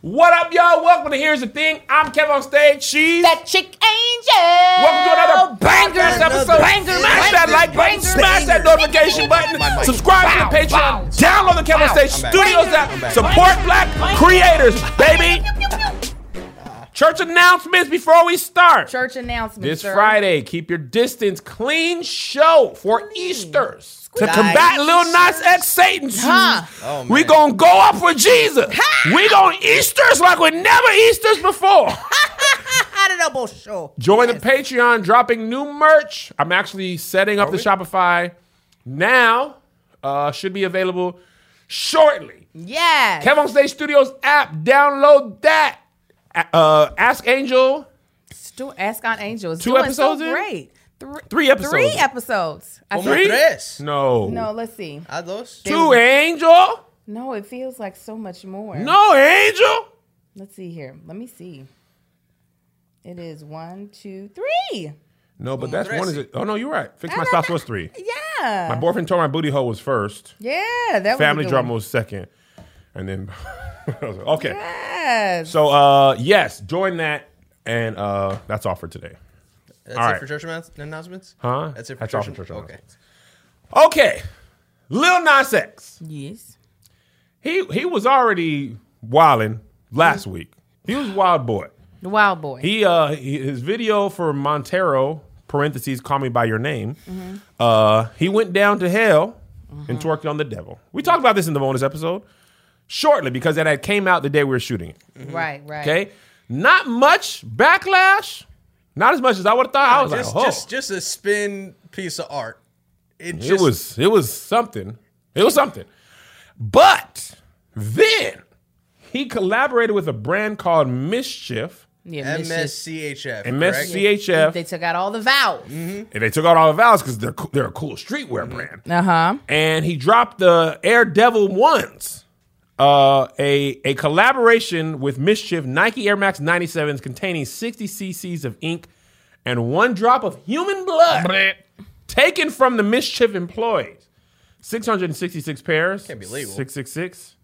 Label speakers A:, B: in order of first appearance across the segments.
A: What up, y'all? Welcome to Here's the Thing. I'm Kev on stage. She's.
B: That chick angel.
A: Welcome to another bangers
C: Another
A: episode.
C: banger,
A: smash that
C: banger,
A: like button,
C: banger,
A: smash that
C: banger.
A: notification button,
C: Banger.
A: subscribe to the
B: Bow,
A: Patreon,
B: bow.
A: download the Kevin
B: Bow.
A: Stage
C: I'm back.
A: Studios app,
C: I'm back.
A: support black creators, baby. Church announcements before we start.
B: Church announcement.
A: This
B: sir.
A: Friday, keep your distance clean show for Easter's. To
C: Nice.
A: combat Lil Nas X Satan's,
B: Huh.
C: Oh, man.
A: we gonna go up for Jesus. We gonna Easter's like we never Easter's before.
C: Out of double show.
A: Join the Patreon, dropping new merch. I'm actually setting up the
C: we?
A: Shopify now. Uh, should be available shortly.
B: Yes.
A: Kev on Stage Studios app, download that. Uh, Ask Angel,
B: Stu- Ask on Angel. It's
A: Two
B: doing
A: episodes in?
B: So great. Three,
A: three episodes. Oh.
B: three episodes. I
C: Como
A: Three?
C: tres.
A: No.
B: think- No, let's see.
C: Haz dos.
A: Two Angel.
B: No, it feels like so much more.
A: No Angel.
B: Let's see here. Let me see. It is one, two, three.
A: No, but that's
C: Como
A: one. Is
C: trece.
A: it? Oh no, you're right. Fix my
B: no,
A: stops
B: no.
A: was three.
B: Yeah.
A: My boyfriend told my booty hole was first.
B: yeah. That was
A: Family
B: a good
A: drama
B: one.
A: was second, and then I was like, okay.
B: Yes.
A: So uh yes, join that and uh that's all for today.
C: That's
A: All
C: it
A: right.
C: for church announce- announcements?
A: Huh?
C: That's it for
A: That's all
C: church,
A: for church
C: Okay.
A: announcements. Okay. Lil Nas X.
B: Yes.
A: He he was already wilding last week. He was wild boy.
B: The wild boy.
A: He uh he- his video for Montero parentheses call me by your name. Uh he went down to hell and twerked on the devil. We talked about this in the bonus episode shortly because that had came out the day we were shooting it.
B: right. Right.
A: Okay. Not much backlash. Not as much as I would have thought. I was
C: Just,
A: like, oh.
C: just, just a spin piece of art. It,
A: it
C: just,
A: was it was something. It was something. But then he collaborated with a brand called Mischief,
B: Yeah. mischief.
C: MSCHF. correct?
A: MSCHF.
B: They took out all the vowels.
A: And they took out all the vowels because they're co- they're a cool streetwear
C: Mm-hmm.
A: brand.
B: Uh huh.
A: And he dropped the Air Devil ones. Uh, a a collaboration with Mischief Nike Air Max 97s containing 60 cc's of ink and one drop of human blood taken from the Mischief employees. 666 pairs.
C: Can't be legal.
A: 666.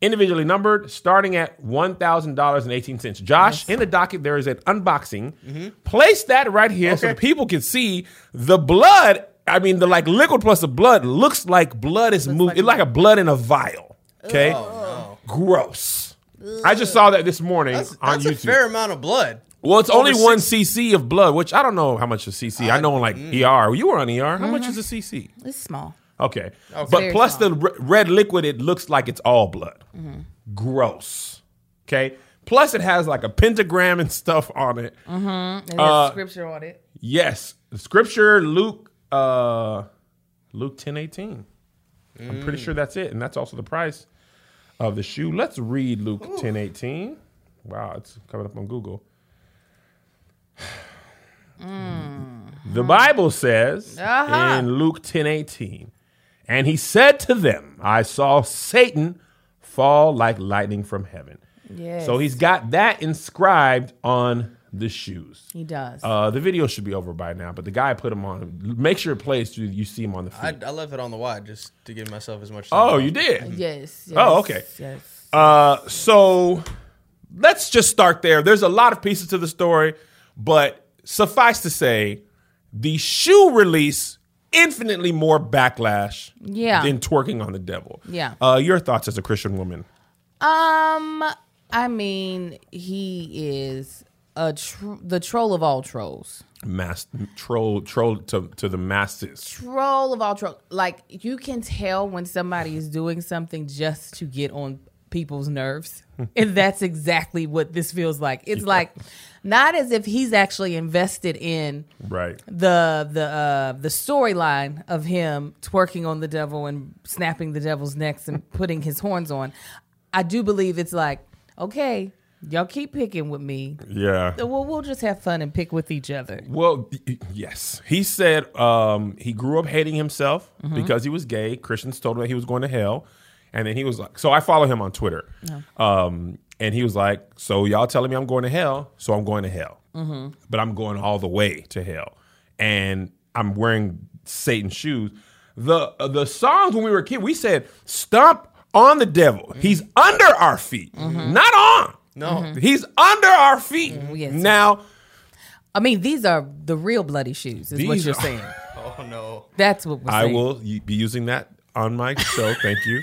A: Individually numbered, starting at $1,000.18. Josh, in the docket, there is an unboxing.
C: Mm-hmm.
A: Place that right here so the people can see the blood. I mean, the like liquid plus the blood looks like blood is moving. it's like a blood in a vial. Okay?
C: Oh, no.
A: Gross. I just saw that this morning
C: That's,
A: on
C: that's
A: YouTube.
C: a fair amount of blood.
A: Well, it's only
C: Over
A: one CC of blood, which I don't know how much is CC. I know in like
C: mm.
A: ER. You were on ER.
C: Mm-hmm.
A: How much is a CC?
B: It's small.
A: Okay.
B: Very
A: But plus
B: small. Mm-hmm.
A: the re- red liquid, it looks like it's all blood. Gross. Okay. Plus, it has like a pentagram and stuff on it.
B: It has
A: Uh,
B: scripture on it.
A: Yes. Scripture, Luke, uh, Luke ten eighteen. I'm pretty sure that's it. And that's also the price of the shoe. Let's read Luke ten eighteen. Wow, it's coming up on Google. The Bible says
B: Hmm. Uh-huh.
A: in Luke ten eighteen, and he said to them, I saw Satan fall like lightning from heaven.
B: Yes.
A: So he's got that inscribed on the shoes.
B: He does.
A: Uh, the video should be over by now, but the guy put him on. Make sure it plays so you see him on the
C: I,
A: feed.
C: I left it on the wide just to give myself as much
A: oh,
C: time.
A: you did.
B: yes, yes.
A: Oh, okay.
B: Yes.
A: Uh, so let's just start there. There's a lot of pieces to the story, but suffice to say, the shoe release infinitely more backlash
B: Yeah.
A: than twerking on the devil.
B: Yeah.
A: Uh, your thoughts as a Christian woman?
B: Um, I mean, he is a tr- the troll of all trolls.
A: Mass troll troll to to the masses.
B: Troll of all trolls. Like you can tell when somebody is doing something just to get on people's nerves, and that's exactly what this feels like. It's like not as if he's actually invested in
A: Right.
B: the the uh, the storyline of him twerking on the devil and snapping the devil's necks and putting his horns on, I do believe it's like okay, y'all keep picking with me.
A: Yeah.
B: Well, we'll just have fun and pick with each other.
A: Well, y- y- yes. He said um, he grew up hating himself because he was gay. Christians told him that he was going to hell. And then he was like, so I follow him on Twitter. Um, and he was like, so y'all telling me I'm going to hell, so I'm going to hell. But I'm going all the way to hell. And I'm wearing Satan shoes. The uh, the songs when we were a kid, we said, stomp on the devil. He's under our feet, not on.
C: No.
A: He's under our feet.
B: yes.
A: Now,
B: I mean, these are the real bloody shoes, is what
A: These
B: you're
A: are-
B: saying.
C: Oh no.
B: That's what we're
A: I
B: saying.
A: will y- be using that on my show. Thank you.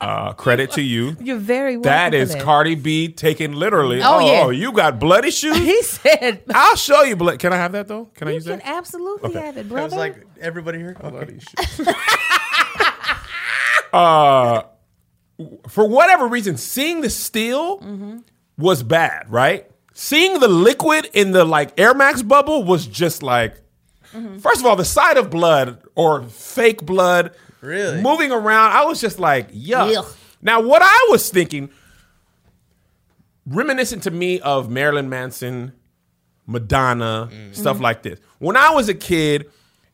A: Uh, credit to you.
B: You're very welcome.
A: That
B: for
A: is Cardi B taking literally. Oh,
B: Oh, yeah.
A: you got bloody shoes?
B: He said,
A: I'll show you. Blood. Can I have that though? Can I
B: "You
A: use
B: can
A: that?
B: absolutely
A: Okay.
B: have it,
C: It
B: brother."
C: was like everybody here.
A: Bloody shoes. uh, for whatever reason, seeing the steel was bad. Right? Seeing the liquid in the like Air Max bubble was just like. First of all, the sight of blood or fake blood
C: Really?
A: moving around, I was just like, yuck.
B: Yuck.
A: Now, what I was thinking, reminiscent to me of Marilyn Manson, Madonna,
B: Mm-hmm.
A: stuff like this. When I was a kid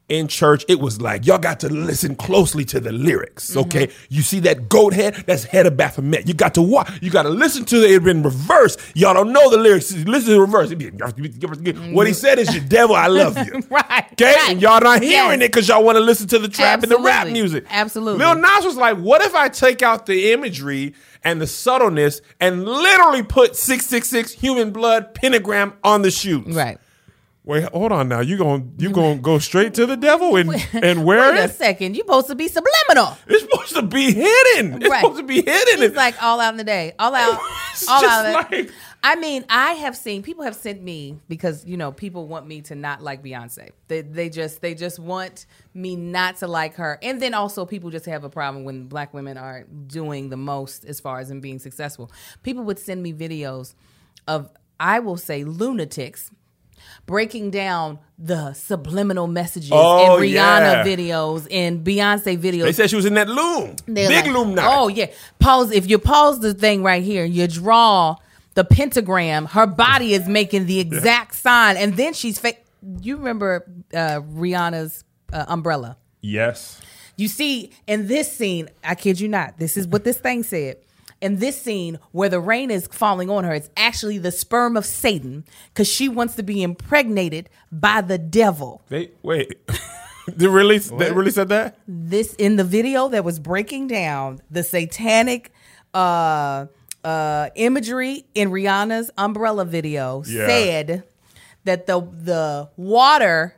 A: in church, it was like, y'all got to listen closely to the
B: Mm-hmm.
A: lyrics, okay? You see that goat head? That's head of Baphomet. You got to watch. You got to listen to it in reverse. Y'all don't know the lyrics. Listen to the reverse. It'd be- What he said is, you devil, I love you.
B: Mm-hmm. Right,
A: Okay?
B: right.
A: And y'all not hearing
B: Yes.
A: it because y'all want to listen to the trap and the rap
B: Absolutely.
A: music.
B: Absolutely.
A: Lil Nas was like, what if I take out the imagery and the subtleness and literally put 666 human blood pentagram on the shoes?
B: right.
A: Wait, hold on now. You going you going to go straight to the devil and and wear
B: Wait a
A: it?
B: second. You're supposed to be subliminal.
A: It's supposed to be hidden. It's
B: Right.
A: supposed to be hidden.
B: It's like all out in the day, all out,
A: It's
B: all
A: just
B: out. in the-
A: like-
B: I mean, I have seen people have sent me because you know people want me to not like Beyonce. They they just they just want me not to like her, and then also people just have a problem when black women are doing the most as far as in being successful. People would send me videos of I will say lunatics. Breaking down the subliminal messages
A: Oh,
B: in Rihanna
A: yeah.
B: videos and Beyonce videos.
A: they said she was in that loom.
B: They're
A: Big
B: like,
A: loom now.
B: Oh yeah. Pause. If you pause the thing right here, you draw the pentagram. Her body is making the exact sign, and then she's fa- You remember uh, Rihanna's uh, umbrella?
A: Yes.
B: You see, in this scene, I kid you not, this is what this thing said. In this scene where the rain is falling on her, it's actually the sperm of Satan because she wants to be impregnated by the devil.
A: They wait. they really they really said that?
B: this in the video that was breaking down the satanic uh uh imagery in Rihanna's umbrella video
A: Yeah.
B: said that the the water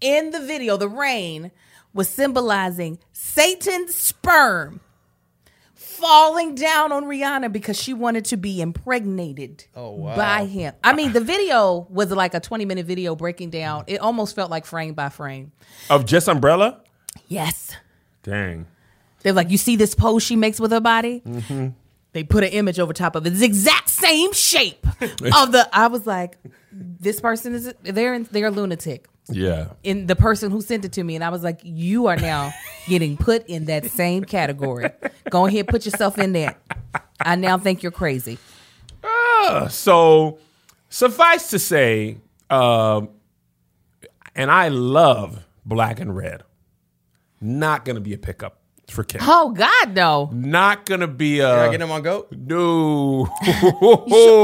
B: in the video the rain was symbolizing Satan's sperm falling down on Rihanna because she wanted to be impregnated
C: Oh, wow.
B: by him. I mean the video was like a 20 minute video breaking down. It almost felt like frame by frame.
A: Of just umbrella?
B: Yes.
A: Dang.
B: They're like, you see this pose she makes with her body?
A: Mm-hmm.
B: They put an image over top of it. It's the exact same shape of the. I was like, this person is they're in, they're a lunatic.
A: Yeah.
B: In the person who sent it to me, and I was like, you are now getting put in that same category. Go ahead, put yourself in there. I now think you're crazy.
A: so suffice to say, um, and I love black and red. Not gonna be a pickup for Kim.
B: Oh God, no.
A: Not gonna be
C: Can
A: a
C: I get him on goat?
A: no.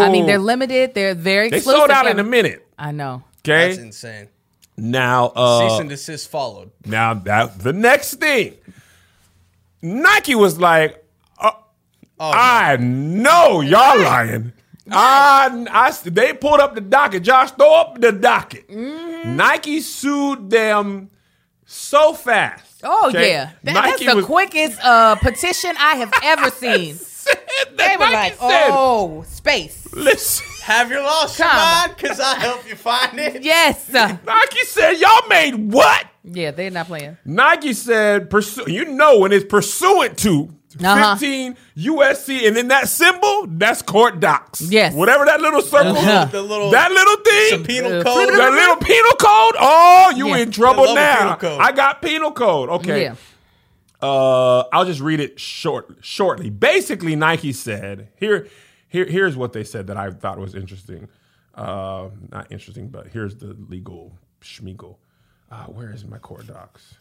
B: I mean, they're limited. They're very
A: they
B: exclusive.
A: sold out in a minute.
B: I know.
A: Okay,
C: That's insane.
A: now
C: Cease
A: uh,
C: and desist followed.
A: now that the next thing, Nike was like, uh,
C: Oh,
A: I know y'all lying. I, I, they pulled up the docket. Josh, throw up the docket. Nike sued them so fast.
B: Oh
A: Okay?
B: yeah, That-
A: Nike
B: that's the
A: was-
B: quickest uh, petition I have ever seen.
A: They
B: They were
A: Nike
B: like,
A: said,
B: oh, space.
A: listen.
C: have your loss,
B: Come.
C: Siobhan, because I'll help you find it.
B: Yes.
A: Nike said, y'all made what?
B: yeah, they're not playing.
A: Nike said, pursu- you know when it's pursuant to
B: Uh-huh.
A: 15 USC, and then that symbol, that's court docs.
B: Yes.
A: Whatever that little circle,
B: Uh-huh.
C: The little-
A: that little thing.
C: Some penal
B: Uh,
C: code.
A: The little penal code? Oh, you
B: Yeah.
A: in trouble
C: I love a
A: now.
C: penal code.
A: I got penal code. Okay.
B: Yeah.
A: Uh, I'll just read it short shortly. Basically, Nike said here, here, here's what they said that I thought was interesting. Uh, not interesting, but here's the legal schmiegel. Uh, where is my court docs?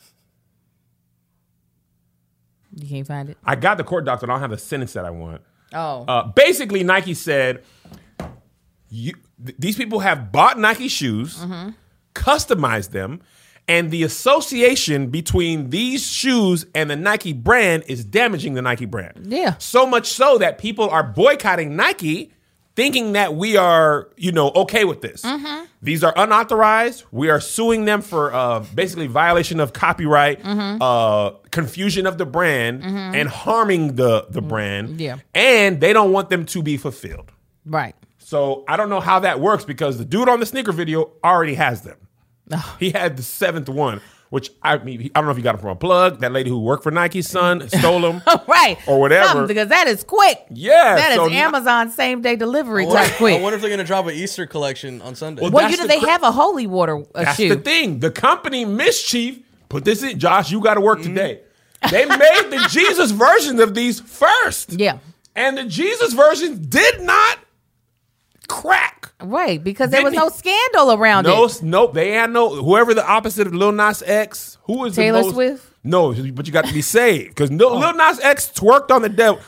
B: You can't find it.
A: I got the court docs, and I don't have the sentence that I want.
B: Oh.
A: Uh, basically, Nike said,
B: Mm-hmm.
A: you, th- these people have bought Nike shoes, customized them, And the association between these shoes and the Nike brand is damaging the Nike brand.
B: Yeah.
A: So much so that people are boycotting Nike thinking that we are, you know, okay with this.
B: Mm-hmm.
A: These are unauthorized. We are suing them for uh, basically violation of copyright,
B: Mm-hmm.
A: uh, confusion of the brand, and harming the, the
B: Mm-hmm.
A: brand.
B: Yeah.
A: And they don't want them to be fulfilled.
B: Right.
A: So I don't know how that works because the dude on the sneaker video already has them. He had the seventh one, which I mean, I don't know if he got it from a plug. That lady who worked for Nike's son stole him.
B: Right.
A: Or whatever.
B: Something, because that is quick.
A: Yeah,
B: That is
A: so- Oh,
B: Amazon same day delivery
C: I wonder,
B: type quick.
C: I wonder if they're gonna drop an Easter collection on Sunday.
A: Well,
B: well, you
A: that's the
B: know, they
A: cri-
B: have a holy water uh,
A: That's
B: shoe.
A: the thing. The company mischief put this in. Josh, you got to
B: Mm-hmm.
A: work today. They made the Jesus versions of these first.
B: Yeah.
A: And the Jesus version did not crack.
B: Right. Because there was
A: Didn't
B: no
A: he-
B: scandal around
A: No,
B: it.
A: s- nope. They had no whoever the opposite of Lil Nas X. Who is
B: Taylor
A: the most,
B: Swift? Oh.
A: No, but you got to be saved because no, Lil Nas X twerked on the devil.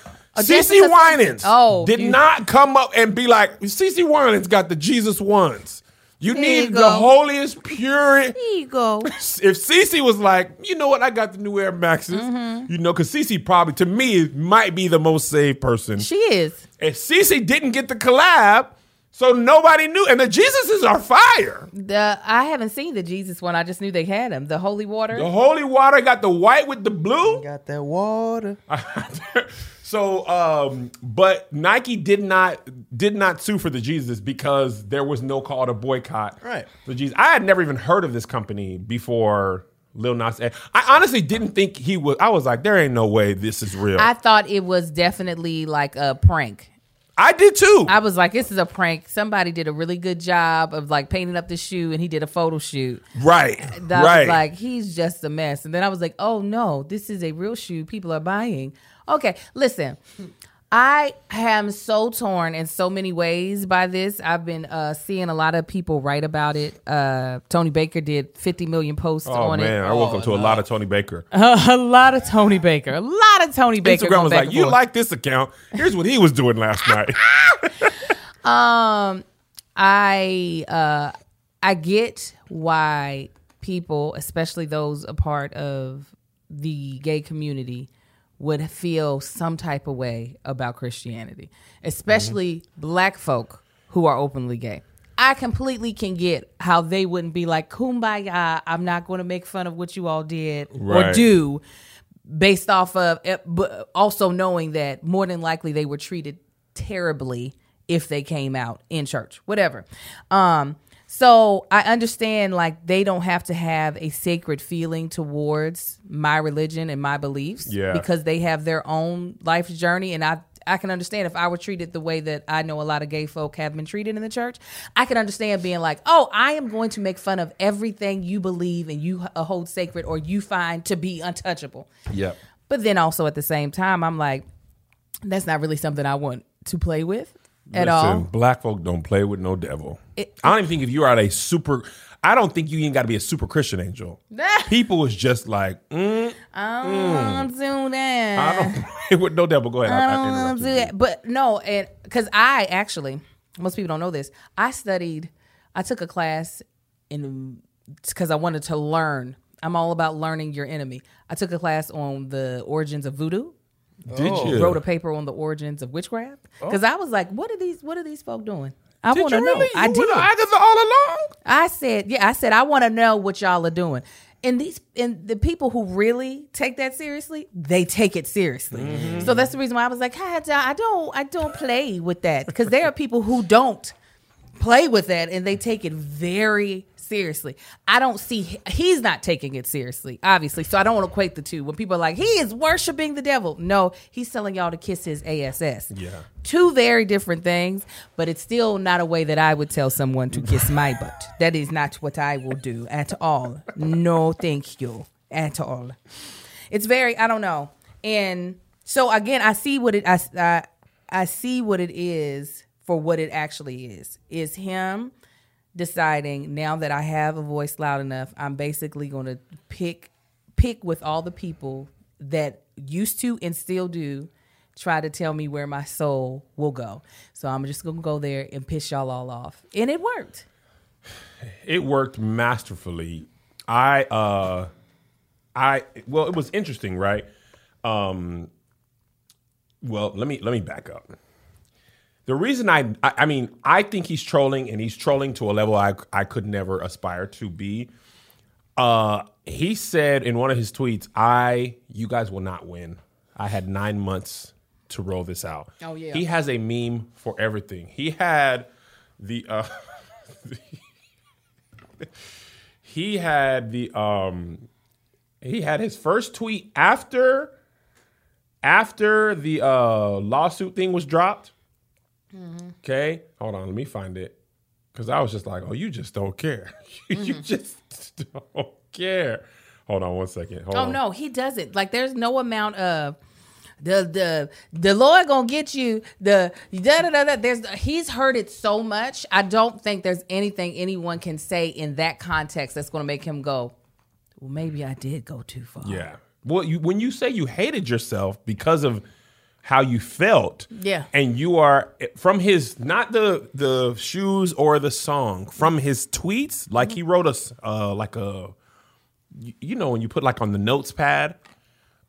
A: Cece
B: Jessica
A: Winans
B: Simpson. Oh,
A: did
B: you-
A: not come up and be like Cece Winans got the Jesus ones. You
B: There
A: need
B: you
A: the
B: go.
A: holiest, pure.
B: There you go.
A: If Cece was like, you know what, I got the new Air Maxes,
B: Mm-hmm.
A: you know, because Cece probably to me might be the most saved person.
B: She is.
A: If Cece didn't get the collab, so nobody knew, and the Jesuses are fire.
B: The I haven't seen the Jesus one. I just knew they had him. The holy water.
A: The holy water got the white with the blue.
C: got that water.
A: so, um, but Nike did not did not sue for the Jesus because there was no call to boycott.
C: Right.
A: The Jesus. I had never even heard of this company before. Lil Nas X. I honestly didn't think he was. I was like, there ain't no way this is real.
B: I
A: I,
B: thought it was definitely like a prank.
A: did too.
B: I was like, this is a prank. Somebody did a really good job of like painting up the shoe and he did a photo shoot.
A: right.
B: that I
A: right.
B: was like, he's just a mess. And then I was like, oh no, this is a real shoe people are buying. Okay, listen. I am so torn in so many ways by this. I've been uh, seeing a lot of people write about it. Uh, Tony Baker did 50 million posts
A: oh
B: on
A: man, I woke up to a lot of Tony Baker.
B: it. a lot of Tony Baker. A lot of Tony Baker.
A: Instagram
B: going
A: was
B: back
A: like,
B: and
A: you
B: forth.
A: like this account? Here's what he was doing last night.
B: I uh I get why people, especially those a part of the gay community, would feel some type of way about Christianity, especially black folk who are openly gay. I completely can get how they wouldn't be like, kumbaya, I'm not going to make fun of what you all did or
A: Right.
B: do based off of eh, but also knowing that more than likely they were treated terribly if they came out in church whatever um so i understand like they don't have to have a sacred feeling towards my religion and my beliefs
A: Yeah.
B: because they have their own life journey and i I can understand if I were treated the way that I know a lot of gay folk have been treated in the church. I can understand being like, "Oh, I am going to make fun of everything you believe and you uh, hold sacred or you find to be untouchable."
A: yep.
B: But then also at the same time, I'm like, that's not really something I want to play with at all.
A: Black folk don't play with no devil. I don't even think if you are a super, I don't think you even got to be a super Christian angel. People was just like, mm,
B: I don't wanna do that.
A: I don't play with no devil. Go ahead. I,
B: I
A: I
B: don't want to
A: interrupted
B: do
A: you.
B: that. But no, and because I actually, most people don't know this. I studied, I took a class in because I wanted to learn. I'm all about learning your enemy. I took a class on the origins of voodoo.
A: Did you?
B: Oh. wrote a paper on the origins of witchcraft because I was like, what are these? What are these folk doing? I
A: Oh. did
B: want to
A: you really?
B: know. I
A: you
B: did.
A: were Agatha all along?
B: I said, yeah, I said I want to know what y'all are doing. And these and the people who really take that seriously, they take it seriously. So that's the reason why I was like, "Hi, Doc, I don't I don't play with that because there are people who don't play with that and they take it very seriously. I don't see he's not taking it seriously, obviously. So I don't want to equate the two. When people are like, "He is worshiping the devil." No, he's telling y'all to kiss his ass.
A: Yeah.
B: Two very different things, but it's still not a way that I would tell someone to kiss my butt. That is not what I will do at all. No, thank you at all. It's very I don't know. And so again, I see what it I I, I see what it is for what it actually is. Is him deciding now that I have a voice loud enough, I'm basically going to pick pick with all the people that used to and still do try to tell me where my soul will go. So I'm just going to go there and piss y'all all off. And it worked.
A: It worked masterfully. I uh I well it was interesting, right? Um well, let me let me back up. The reason I, I I mean, I think he's trolling and he's trolling to a level I I could never aspire to be. Uh he said in one of his tweets, I you guys will not win. I had 9 months to roll this out.
B: Oh, yeah.
A: He has a meme for everything. He had the uh he had the um he had his first tweet after after the uh lawsuit thing was dropped
B: Mm-hmm.
A: okay hold on let me find it because i was just like oh you just don't care you
B: Mm-hmm.
A: just don't care hold on one second hold
B: Oh
A: on.
B: no, he doesn't. Like there's no amount of the the the Lord gonna get you. The da da da da. There's he's heard it so much. I don't think there's anything anyone can say in that context that's gonna make him go. Well, maybe I did go too far.
A: Yeah. Well, you, when you say you hated yourself because of how you felt,
B: Yeah.
A: and you are from his not the the shoes or the song from his tweets, like he wrote us uh, like a you, you know when you put like on the notes pad,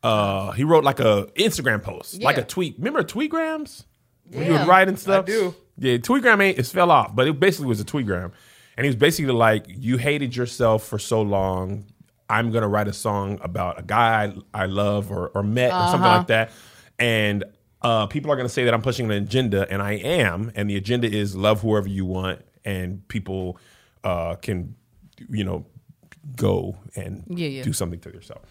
A: uh, he wrote like a Instagram post, like a
B: Yeah.
A: tweet. Remember tweetgrams? When you
B: Yeah.
A: would write and stuff.
C: I do.
A: Yeah, tweetgram ain't it fell off, but it basically was a tweetgram, and he was basically like, "You hated yourself for so long. I'm gonna write a song about a guy I, I love or or met or something
C: Uh-huh.
A: like that, and uh, people are gonna say that I'm pushing an agenda, and I am, and the agenda is love whoever you want, and people uh, can, you know." Go and
B: Yeah, yeah.
A: do something to yourself.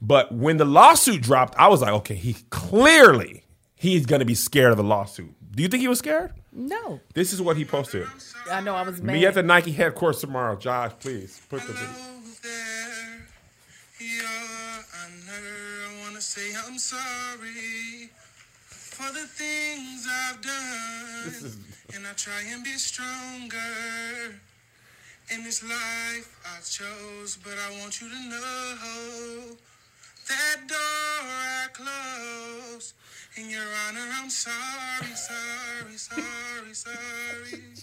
A: But when the lawsuit dropped, I was like, okay, he clearly he's gonna be scared of the lawsuit. Do you think he was scared?
B: No,
A: This is what he posted.
B: I know I was mad.
A: Me at the Nike headquarters tomorrow. Josh, please put the video.
D: there. Yeah, I never wanna say I'm sorry for the things I've done. and I try and be stronger. In this life I chose, but I want you to know that door I closed. In your honor, I'm sorry, sorry, sorry, sorry.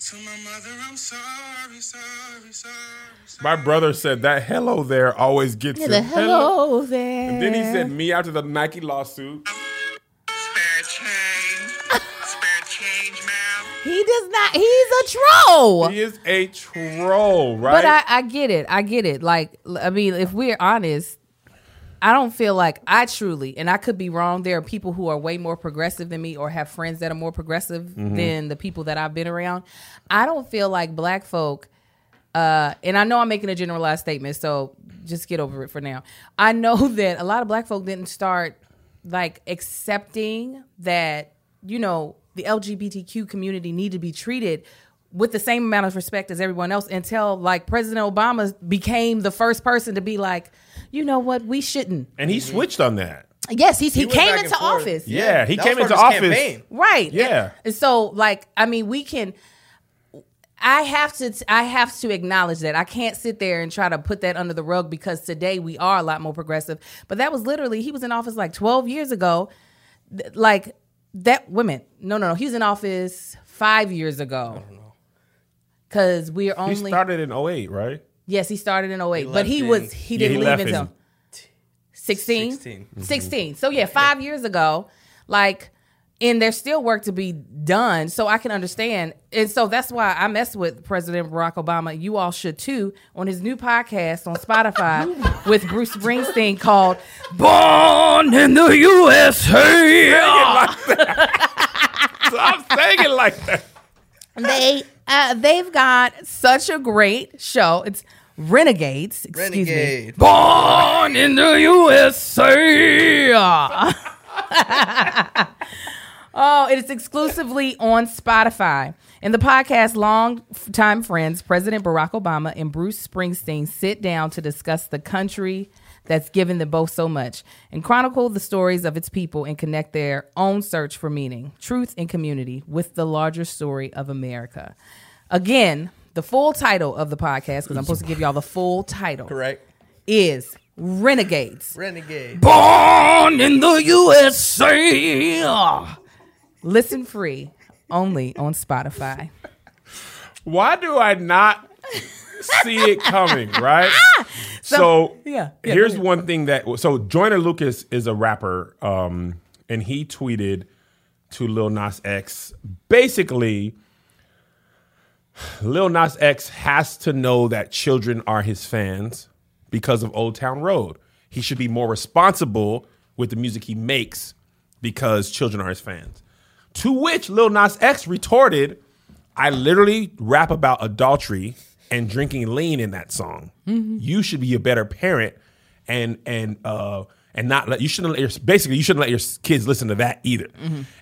D: To my mother, I'm sorry, sorry, sorry, sorry.
A: My brother said that hello there always gets
B: The
A: him.
B: hello there.
A: Then he said me after the Nike lawsuit.
D: Spare change. Spare change, ma'am.
B: he does not. He's a troll.
A: He is a troll, right?
B: But I, I get it. I get it. Like, l- I mean, if we're honest, I don't feel like I truly, and I could be wrong, there are people who are way more progressive than me or have friends that are more progressive than the people that I've been around. I don't feel like black folk, uh, and I know I'm making a generalized statement, so just get over it for now. I know that a lot of black folk didn't start like accepting that, you know, the LGBTQ community need to be treated with the same amount of respect as everyone else until like President Obama became the first person to be like, you know what, we shouldn't.
A: and
C: Mm-hmm.
A: he switched on that.
B: Yes, he's, he,
C: went
B: came
C: back and
B: into
C: forth.
B: office.
A: Yeah, he
C: That
A: came
C: was
A: into
C: part
A: office.
C: of his campaign.
B: Right.
A: Yeah.
B: And so like I mean we can I have to I have to acknowledge that. I can't sit there and try to put that under the rug because today we are a lot more progressive. But that was literally he was in office like 12 years ago. Th- Like that women. No, no, no. He was in office 5 years ago. Cuz we're
A: He
B: only
A: started in 08, right?
B: Yes, he started in 08, but
C: left
B: he
C: in-
B: was he
A: Yeah, he
B: didn't
A: left
B: leave
A: in- Mm-hmm.
B: until 16?
C: 16.
B: 16. So yeah, 5 years ago, like and there's still work to be done, so I can understand. And so that's why I mess with President Barack Obama. You all should too on his new podcast on Spotify with Bruce Springsteen called Born in the USA.
A: Stop saying it like that.
B: They uh, they've got such a great show. It's Renegades, excuse me.
C: Renegade.
B: Born in the USA. oh, it is exclusively on Spotify. In the podcast, longtime friends President Barack Obama and Bruce Springsteen sit down to discuss the country that's given them both so much and chronicle the stories of its people and connect their own search for meaning, truth, and community with the larger story of America. Again, the full title of the podcast, because I'm supposed to give y'all the full title
C: Correct.
B: is Renegades.
C: Renegade.
B: Born in the USA. Listen free only on Spotify.
A: Why do I not see it coming, right? so
B: Ah! yeah, yeah,
A: here's
B: go ahead.
A: one thing that so Joyner Lucas is a rapper, um, and he tweeted to Lil Nas X basically. Lil Nas X has to know that children are his fans because of Old Town Road. He should be more responsible with the music he makes because children are his fans. To which Lil Nas X retorted, I literally rap about adultery and drinking lean in that song. You should be a better parent and and uh and not let you shouldn't let your basically you shouldn't let your kids listen to that either.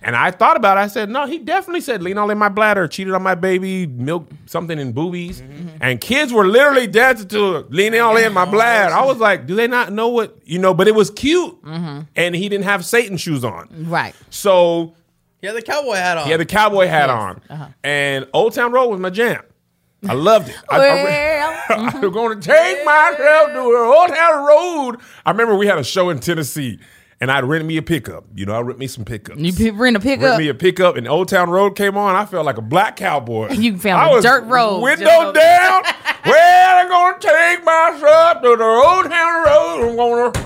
A: And I thought about it. I said, no, he definitely said lean all in my bladder, cheated on my baby, milk something in boobies, and kids were literally dancing to lean all in my bladder. I was like, do they not know what you know? But it was cute, and he didn't have Satan shoes on,
B: Right.
A: so
C: Yeah, the cowboy hat on.
A: he had the cowboy hat
B: Yes.
A: on, and Old Town Road was my jam. I loved it. I- I re-
B: Well,
A: I'm going to take myself to Old Town Road. I remember we had a show in Tennessee, and I'd rent me a pickup. You know, I rent me some pickups.
B: you pe- rent a
A: Rent
B: pickup.
A: me a pickup, and Old Town Road came on. I felt like a black cowboy.
B: You found
A: I
B: a
A: was
B: dirt road.
A: Window
B: Just-
A: down. well, I'm going to take myself to the Old Town Road. I'm going to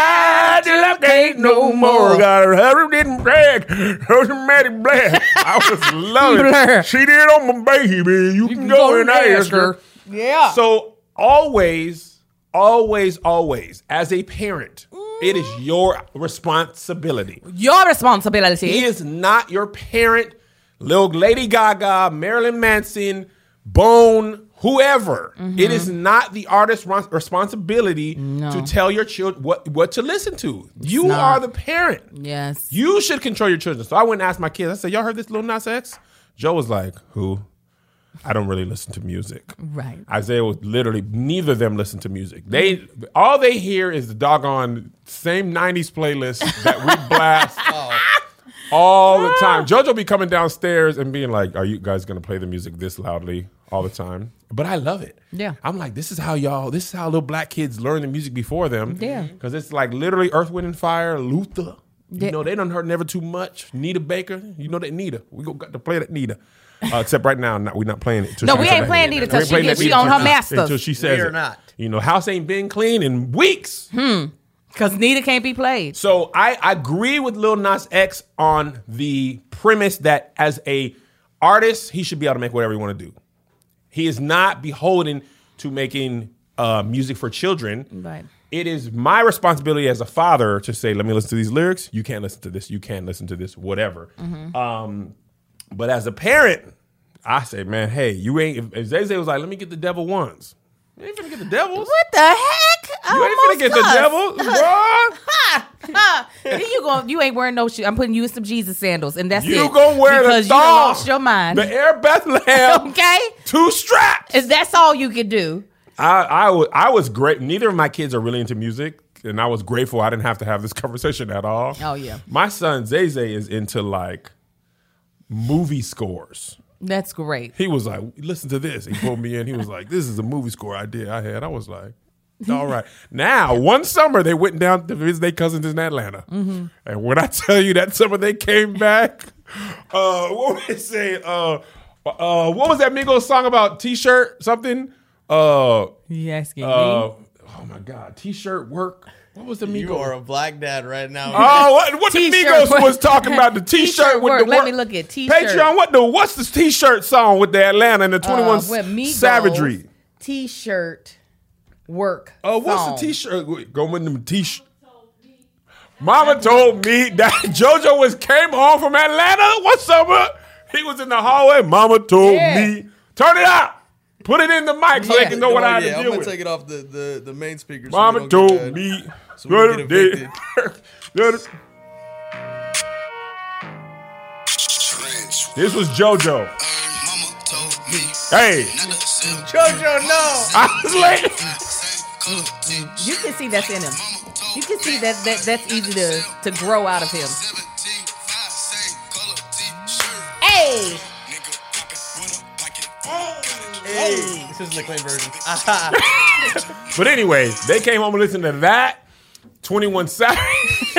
A: ride till I can't no more. Got a hundred and black, automatic black. I was loving
B: Blur.
A: it. She did on my baby. You, can go, and ask her.
B: Yeah.
A: So always, always, always, as a parent, it is
B: Mm.
A: your responsibility.
B: Your responsibility.
A: He is not your parent. Lil Lady Gaga, Marilyn Manson, Bone, whoever. It is
B: Mm-hmm.
A: not the artist's ron- responsibility to tell your children what, what to listen to. you are the parent.
B: Yes.
A: You should control your children. So I went and asked my kids. I said, "Y'all heard this Lil Nas X?" Joe was like, "Who?" I don't really listen to music.
B: Right.
A: Isaiah was literally neither of them listen to music. They all they hear is the doggone same '90s playlist that we blast all the time. JoJo be coming downstairs and being like, "Are you guys gonna play the music this loudly all the time?" But I love it.
B: Yeah.
A: I'm like, this is how y'all, this is how little black kids learn the music before them.
B: Yeah.
A: because it's like literally Earth, Wind and Fire, Luther. You
B: Yeah.
A: know they done heard never too much. Nita Baker, you know that Nita. We go got to play that Nita. Uh, except right now, not, we're not playing it. till
B: No,
A: she
B: we
A: comes
B: ain't
A: back.
B: playing
A: We
B: Nita till
A: ain't
B: she
A: playing
B: get-
A: that
B: she
A: Nita
B: on her
A: till-
B: masters.
A: Until she says
C: We are
A: it.
C: not.
A: You know, house ain't been clean in weeks.
B: Hmm? Because Nita can't be played.
A: So I agree with Lil Nas X on the premise that as a artist, he should be able to make whatever he want to do. He is not beholden to making uh, music for children.
B: Right.
A: It is my responsibility as a father to say, "Let me listen to these lyrics. You can't listen to this. You can't listen to this. Whatever."
B: Mm-hmm.
A: Um, but as a parent, I say, "Man, hey, you ain't." If, if Zay was like, "Let me get the devil ones," you ain't finna get the devils.
B: What the heck?
A: You ain't finna get the devil, bro.
B: devil. you going you ain't wearing no shoes. I'm putting you in some Jesus sandals, and that's
A: You
B: it.
A: gonna wear
B: because
A: the
B: you done
A: thong.
B: lost your mind.
A: The Air Bethlehem
B: okay,
A: two straps.
B: if that's all you can do,
A: I, I, wa- I was great. Neither of my kids are really into music, and I was grateful I didn't have to have this conversation at all.
B: Oh, yeah.
A: my son Zay Zay is into like movie scores.
B: that's great.
A: He was like, "Listen to this." He pulled me in. He was like, "This is a movie score idea I had." I was like. All right. Now, one summer they went down to visit their cousins in Atlanta,
B: Mm-hmm.
A: and when I tell you that summer they came back, uh, what was it saying? Uh, uh, what was that Migos song about? T-shirt something? Uh,
B: You asking
A: uh,
B: me?
A: oh my God, T-shirt work. What was the Migos?
C: You are a black dad right now.
A: Oh, what, what the
B: T-shirt
A: Migos
B: work.
A: was talking about the T-shirt,
B: T-shirt
A: with
B: work.
A: the
B: Let
A: work.
B: me look at T-shirt.
A: Patreon. What the what's this T-shirt song with the Atlanta and the Twenty One
B: Uh, with Migos,
A: Savagery?
B: T-shirt work.
A: Uh, what's
B: song.
A: the T-shirt? Wait, Go with them T-shirt. Mama told me that JoJo was came home from Atlanta one summer. He was in the hallway. Mama told
B: Yeah.
A: me, turn it up, put it in the mic so
B: Yeah.
A: they can know
C: No
A: what I had
C: idea.
A: to
C: I'm
A: deal
C: gonna
A: with.
C: take it off the, the, the main speaker. so we
A: Mama
C: don't get
A: told
C: that.
A: me.
C: So we don't get
A: the
C: evicted.
A: other day-
D: Trench.
A: This was JoJo.
D: Mama told me.
A: Hey.
D: Not to sell
C: Jojo, no.
A: I was like,
D: same color teeth.
B: You can see that's in him.
D: Mama told
B: You can see
D: me.
B: that, that that's easy to to grow out of him.
D: 17, five, same color t-shirt.
B: Hey,
D: Nigga, pop it with a pocket.
C: Hey, this is the clean version. Aha.
A: but anyway, they came home and listened to that. Twenty One Savage.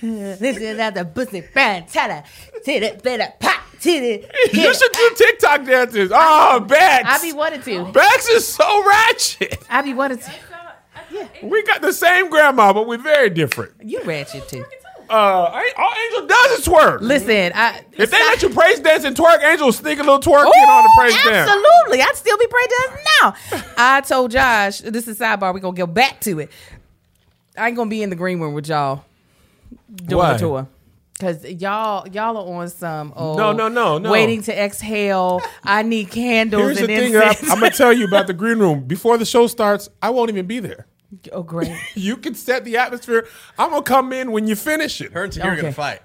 B: this is not the pussy friend. Tell her, sit it, better pop. titty.
A: You should do TikTok dances. Oh, Bex.
B: I be wanted to.
A: Bex is so ratchet.
B: I be wanted to.
A: We got the same grandma, but we're very different.
B: You ratchet too.
A: Uh, I- all Angel does is twerk.
B: Listen, I
A: if they
B: stop-
A: let you praise dance and twerk, Angel will sneak a little twerk in on the praise dance.
B: Absolutely. I'd still be praying now. I told Josh, this is sidebar, we're gonna go back to it. I ain't gonna be in the green room with y'all doing
A: Why?
B: the tour. Cause y'all y'all are on some oh
A: No, no, no, no.
B: waiting to exhale. I need candles
A: Here's the
B: and
A: thing I,
B: incense.
A: I'm gonna tell you about the green room. Before the show starts, I won't even be there.
B: oh great.
A: You can set the atmosphere. I'm gonna come in when you finish it.
C: Her and Tahir are
B: Okay.
C: gonna fight.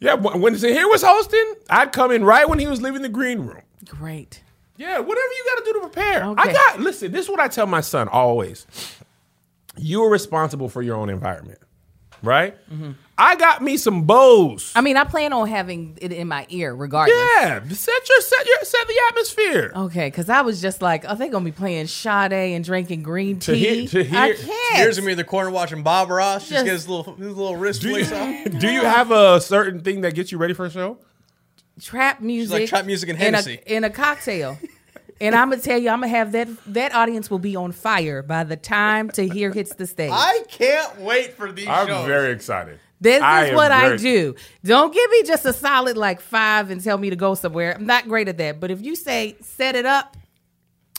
A: Yeah, wh- when Zahir was hosting, I'd come in right when he was leaving the green room.
B: Great.
A: Yeah, whatever you got to do to prepare. I
B: Okay.
A: got listen. This is what I tell my son always. You are responsible for your own environment, right? I got me some bows.
B: I mean, I plan on having it in my ear regardless.
A: yeah, set your set your set the atmosphere.
B: Okay, because I was just like, oh, they gonna be playing Sade and drinking green
A: To hear-
B: tea.
A: to
B: I
A: hear-
B: can't.
C: Tahir's gonna be in the corner watching Bob Ross. She's
B: Just-
C: got his little his little wrist
A: Do
C: flicks on.
A: you, do you have a certain thing that gets you ready for a show?
B: trap music,
C: trap music and
B: in a,
C: Hennessy.
B: in a cocktail. and I'm gonna tell you, I'm gonna have that that audience will be on fire by the time Tahir hits the stage.
C: I can't wait for these
A: I'm
C: shows.
A: very excited.
B: this
A: I
B: is
A: am
B: what I
A: very-
B: do. Don't give me just a solid like five and tell me to go somewhere. I'm not great at that, but if you say set it up,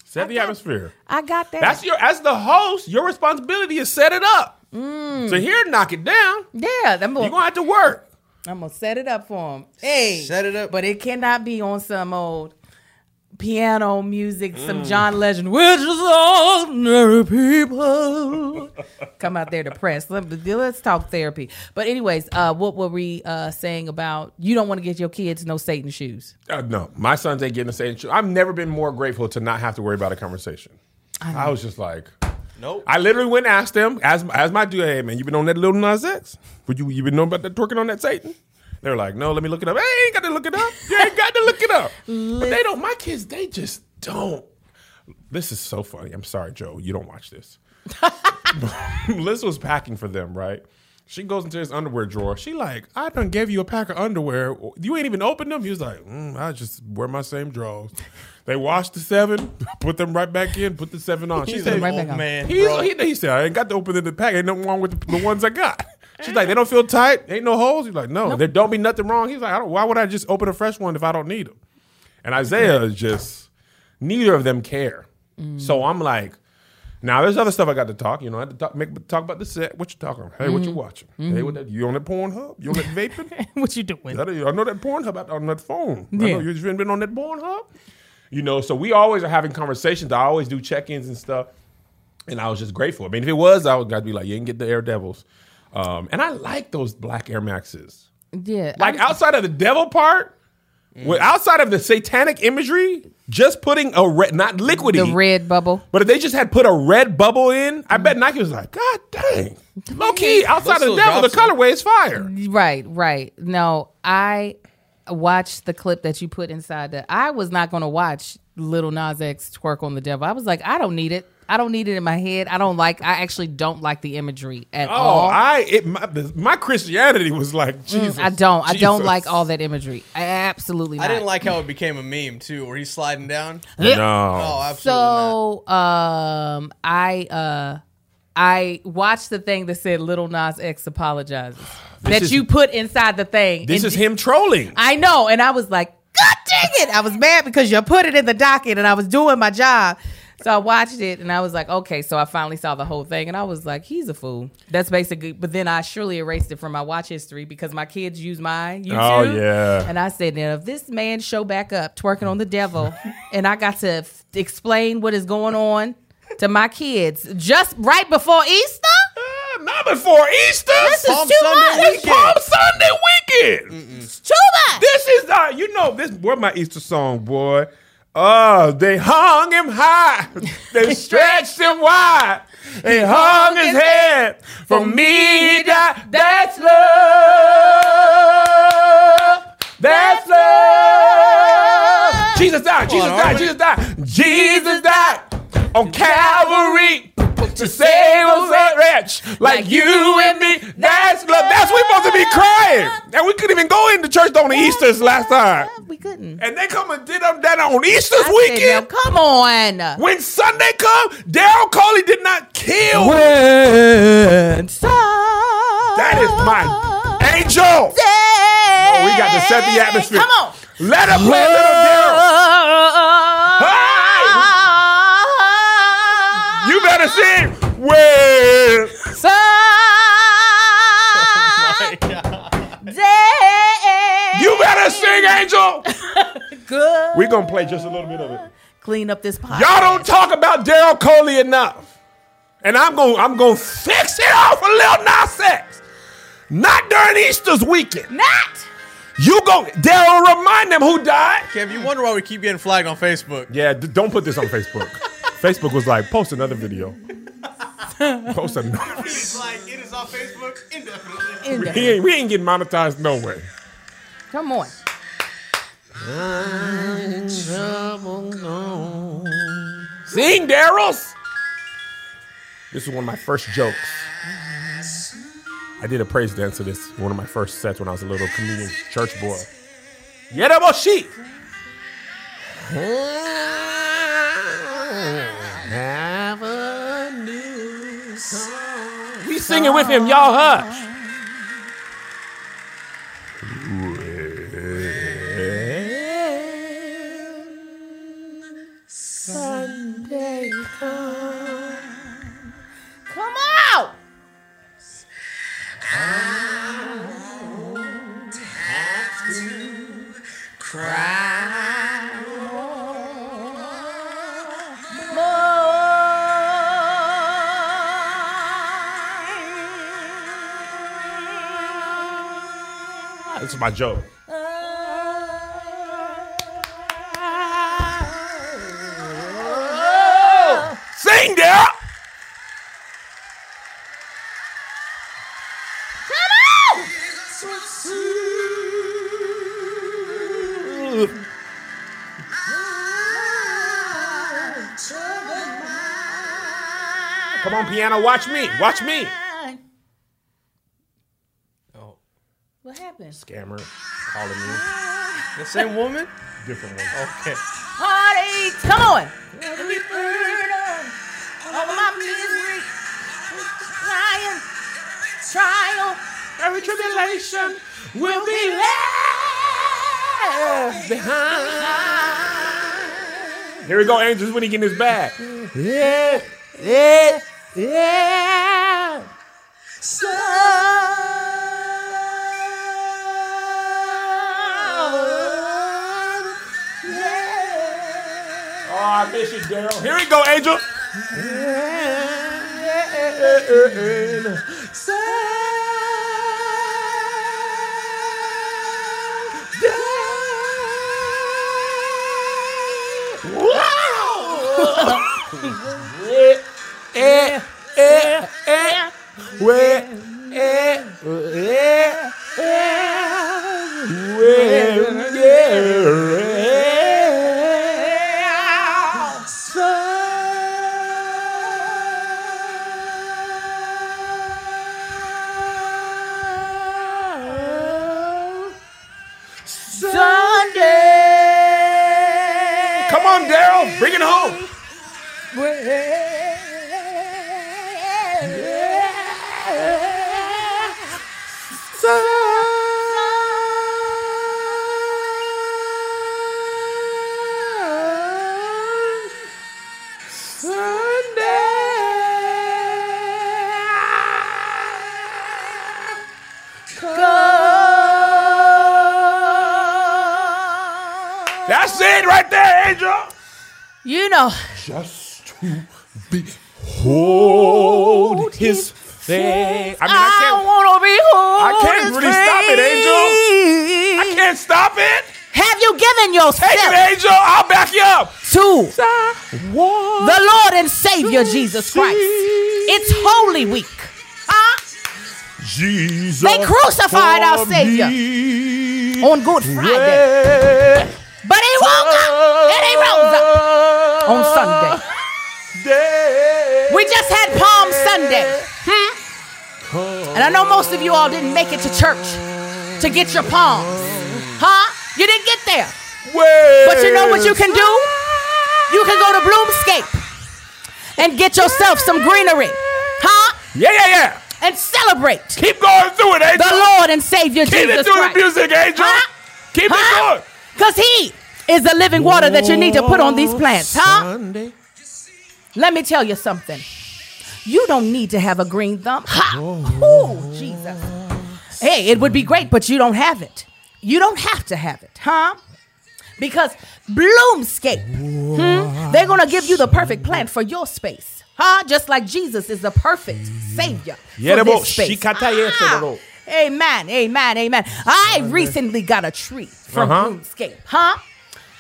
A: Set the atmosphere.
B: I got that.
A: That's your as the host. Your responsibility is set it up. So here, knock it down. You're
B: yeah, I'm gonna,
A: gonna have to work.
B: I'm gonna set it up for him. Hey,
C: Set it up.
B: but it cannot be on some old piano music, some
C: Mm.
B: John Legend, which is ordinary people. Come out there depressed. Let, us talk therapy. But anyways, uh, what were we uh, saying about you don't want to get your kids no Satan shoes?
A: Uh, no, my sons ain't getting the same. Tr- I've never been more grateful to not have to worry about a conversation. I, was just like,
C: nope.
A: I literally went and asked them as as my dude. Hey man, you been on that little Nas X? Would you you been knowing about that twerking on that Satan? They were like, no, let me look it up. Hey, you ain't got to look it up. You ain't got to look it up. but they don't. My kids, they just don't. This is so funny. I'm sorry, Joe. You don't watch this. Liz was packing for them, right? She goes into his underwear drawer. She like, I done gave you a pack of underwear. You ain't even opened them. He was like, mm, I just wear my same drawers. They washed the seven, put them right back in, put the seven on. She
C: He's
A: said,
C: an
B: right
C: old
B: back on.
C: man,
A: He's,
C: bro.
A: he, he said, I ain't got to open in the pack. Ain't nothing wrong with the, the ones I got. She's like, they don't feel tight. Ain't no holes. He's like, no, there don't be nothing wrong. He's like, I don't, why would I just open a fresh one if I don't need them? And Isaiah is just, neither of them care. So
C: Mm.
A: I'm like, now there's other stuff I got to talk. You know, I had to talk, make, talk about the set. What you talking about? Hey, what
C: Mm-hmm.
A: you watching? Hey, what that, you on that Pornhub? You on that vaping?
B: what you doing?
A: That- I know that Pornhub out on that phone. I
B: Yeah.
A: know you've been on that Pornhub. You know, so we always are having conversations. I always do check-ins and stuff. And I was just grateful. I mean, if it was, I would I'd be like, you didn't get the Air Devils. Um, and I like those black Air Maxes.
B: Yeah,
A: Like
B: I'm-
A: outside of the devil part, with- outside of the satanic imagery, just putting a red, not liquidy.
B: the red bubble.
A: But if they just had put a red bubble in, I bet Nike was like, God dang. Low key, outside of
C: Those
A: the devil, the
C: little drops-
A: colorway is fire.
B: Right, right. No, I watched the clip that you put inside the. I was not going to watch Little Nas X twerk on the devil. I was like, I don't need it. I don't need it in my head. I don't like. I actually don't like the imagery at
A: Oh,
B: all. I,
A: I it my, my Christianity was like Jesus.
B: don't. Mm, I don't
A: Jesus.
B: like all that imagery. I absolutely. Not.
C: I didn't like how it became a meme too, where he's sliding down.
A: No,
C: Oh, absolutely not.
B: So, um, I uh, I watched the thing that said Little Nas X apologizes that
A: is-
B: you put inside the thing.
A: this
B: And
A: is him trolling.
B: I know. And I was like, God dang it. I was mad because you put it in the docket and I was doing my job. So I watched it and I was like, okay. So I finally saw the whole thing and I was like, he's a fool. That's basically, but then I surely erased it from my watch history because my kids use my YouTube.
A: Oh, yeah.
B: And I said, now if this man show back up twerking on the devil and I got to f- explain what is going on to my kids just right before Easter,
A: Uh, not before Easter.
B: this is
C: Palm
B: too
C: Sunday
B: much.
A: It's Palm Sunday weekend.
B: It's too much.
A: This is uh, you know this. What my Easter song, boy? Oh, they hung him high. They stretched him wide. They hung his head. For me, he died. That's love. That's love. Jesus died. Jesus died. Jesus died. Jesus died on Calvary. to save a wretch, like, you and me. That's love. That's we supposed to be crying. And we couldn't even go into church on Easter last time.
B: We couldn't.
A: And they come and did them that on Easter's
B: I said,
A: weekend.
B: "Now, come on.
A: when Sunday come, Daryl Coley did not kill.
B: When
A: That is my angel. we got to set the atmosphere.
B: Come on.
A: Let her play little Daryl. Hey, you better sing. Well, Oh, you better sing, Angel.
B: Good.
A: We're gonna play just a little bit of it.
B: Clean up this podcast.
A: Y'all don't talk about Daryl Coley enough. And I'm gonna I'm gonna fix it off a little Nas X. Not during Easter's weekend.
B: Not.
A: You go, Daryl, remind them who died.
C: Kev, you wonder why we keep getting flagged on Facebook.
A: Yeah, d- don't put this on Facebook. Facebook was like, post another video. post another.
C: Like, it is on Facebook indefinitely.
B: In
A: He
B: there.
A: ain't, we ain't getting monetized no way.
B: Come on.
A: Sing, Daryl's. This is one of my first jokes. I did a praise dance to this one of my first sets when I was a little comedian church boy. Yereboshi. We singing with him, y'all hush.
B: Come out.
A: This is my joke. Sing, Daryl. Come on, piano, watch me. Watch me.
C: Oh,
B: What happened?
A: Scammer calling me.
C: the same woman?
A: Different one.
C: Okay.
B: Heartache. Come on. Trial.
A: Every tribulation will be left behind. Here we go, Angels, when he getting his bag. Yeah, yeah, yeah. Oh, I miss you, Daryl. Here we go, Angel.
B: Sunday.
A: Come on, Daryl. Bring it home. That's it right there, Angel.
B: You know,
A: just to behold his face. I mean, I
B: I,
A: can't,
B: want to
A: I
B: be whole.
A: can't really stop it, Angel. I can't stop it.
B: Have you given
A: Take it,
B: yourself
A: Angel. I'll back you up.
B: to
A: What?
B: the Lord and Savior Jesus Christ? It's Holy Week. Huh?
A: Jesus.
B: They crucified our
A: for
B: Savior
A: me.
B: on Good Friday. But he woke
A: Uh,
B: up and he rose up on Sunday. We just had Sunday. Hmm? And I know most of you all didn't make it to church to get your palms. Huh? You didn't get there. But you know what you can do? You can go to Bloomscape and get yourself some greenery. Huh?
A: Yeah, yeah, yeah.
B: And celebrate
A: Keep going through it, Angel.
B: the Lord and Savior
A: Keep
B: Jesus
A: it through
B: Christ.
A: the music, Angel.
B: Huh?
A: Keep
B: Huh?
A: it going.
B: Because he is the living water that you need to put on these plants, huh?
A: Sunday.
B: Let me tell you something. You don't need to have a green thumb. Ha! Ooh, Jesus. Hey, it would be great, but you don't have it. You don't have to have it, huh? Because Bloomscape, hmm, they're going to give you the perfect plant for your space, huh? Just like Jesus is the perfect Savior for
A: Yerebo
B: this space. Ah!
A: shikataye sororo.
B: Amen, amen, amen. I recently got a tree from
A: Uh-huh.
B: Bloomscape, huh?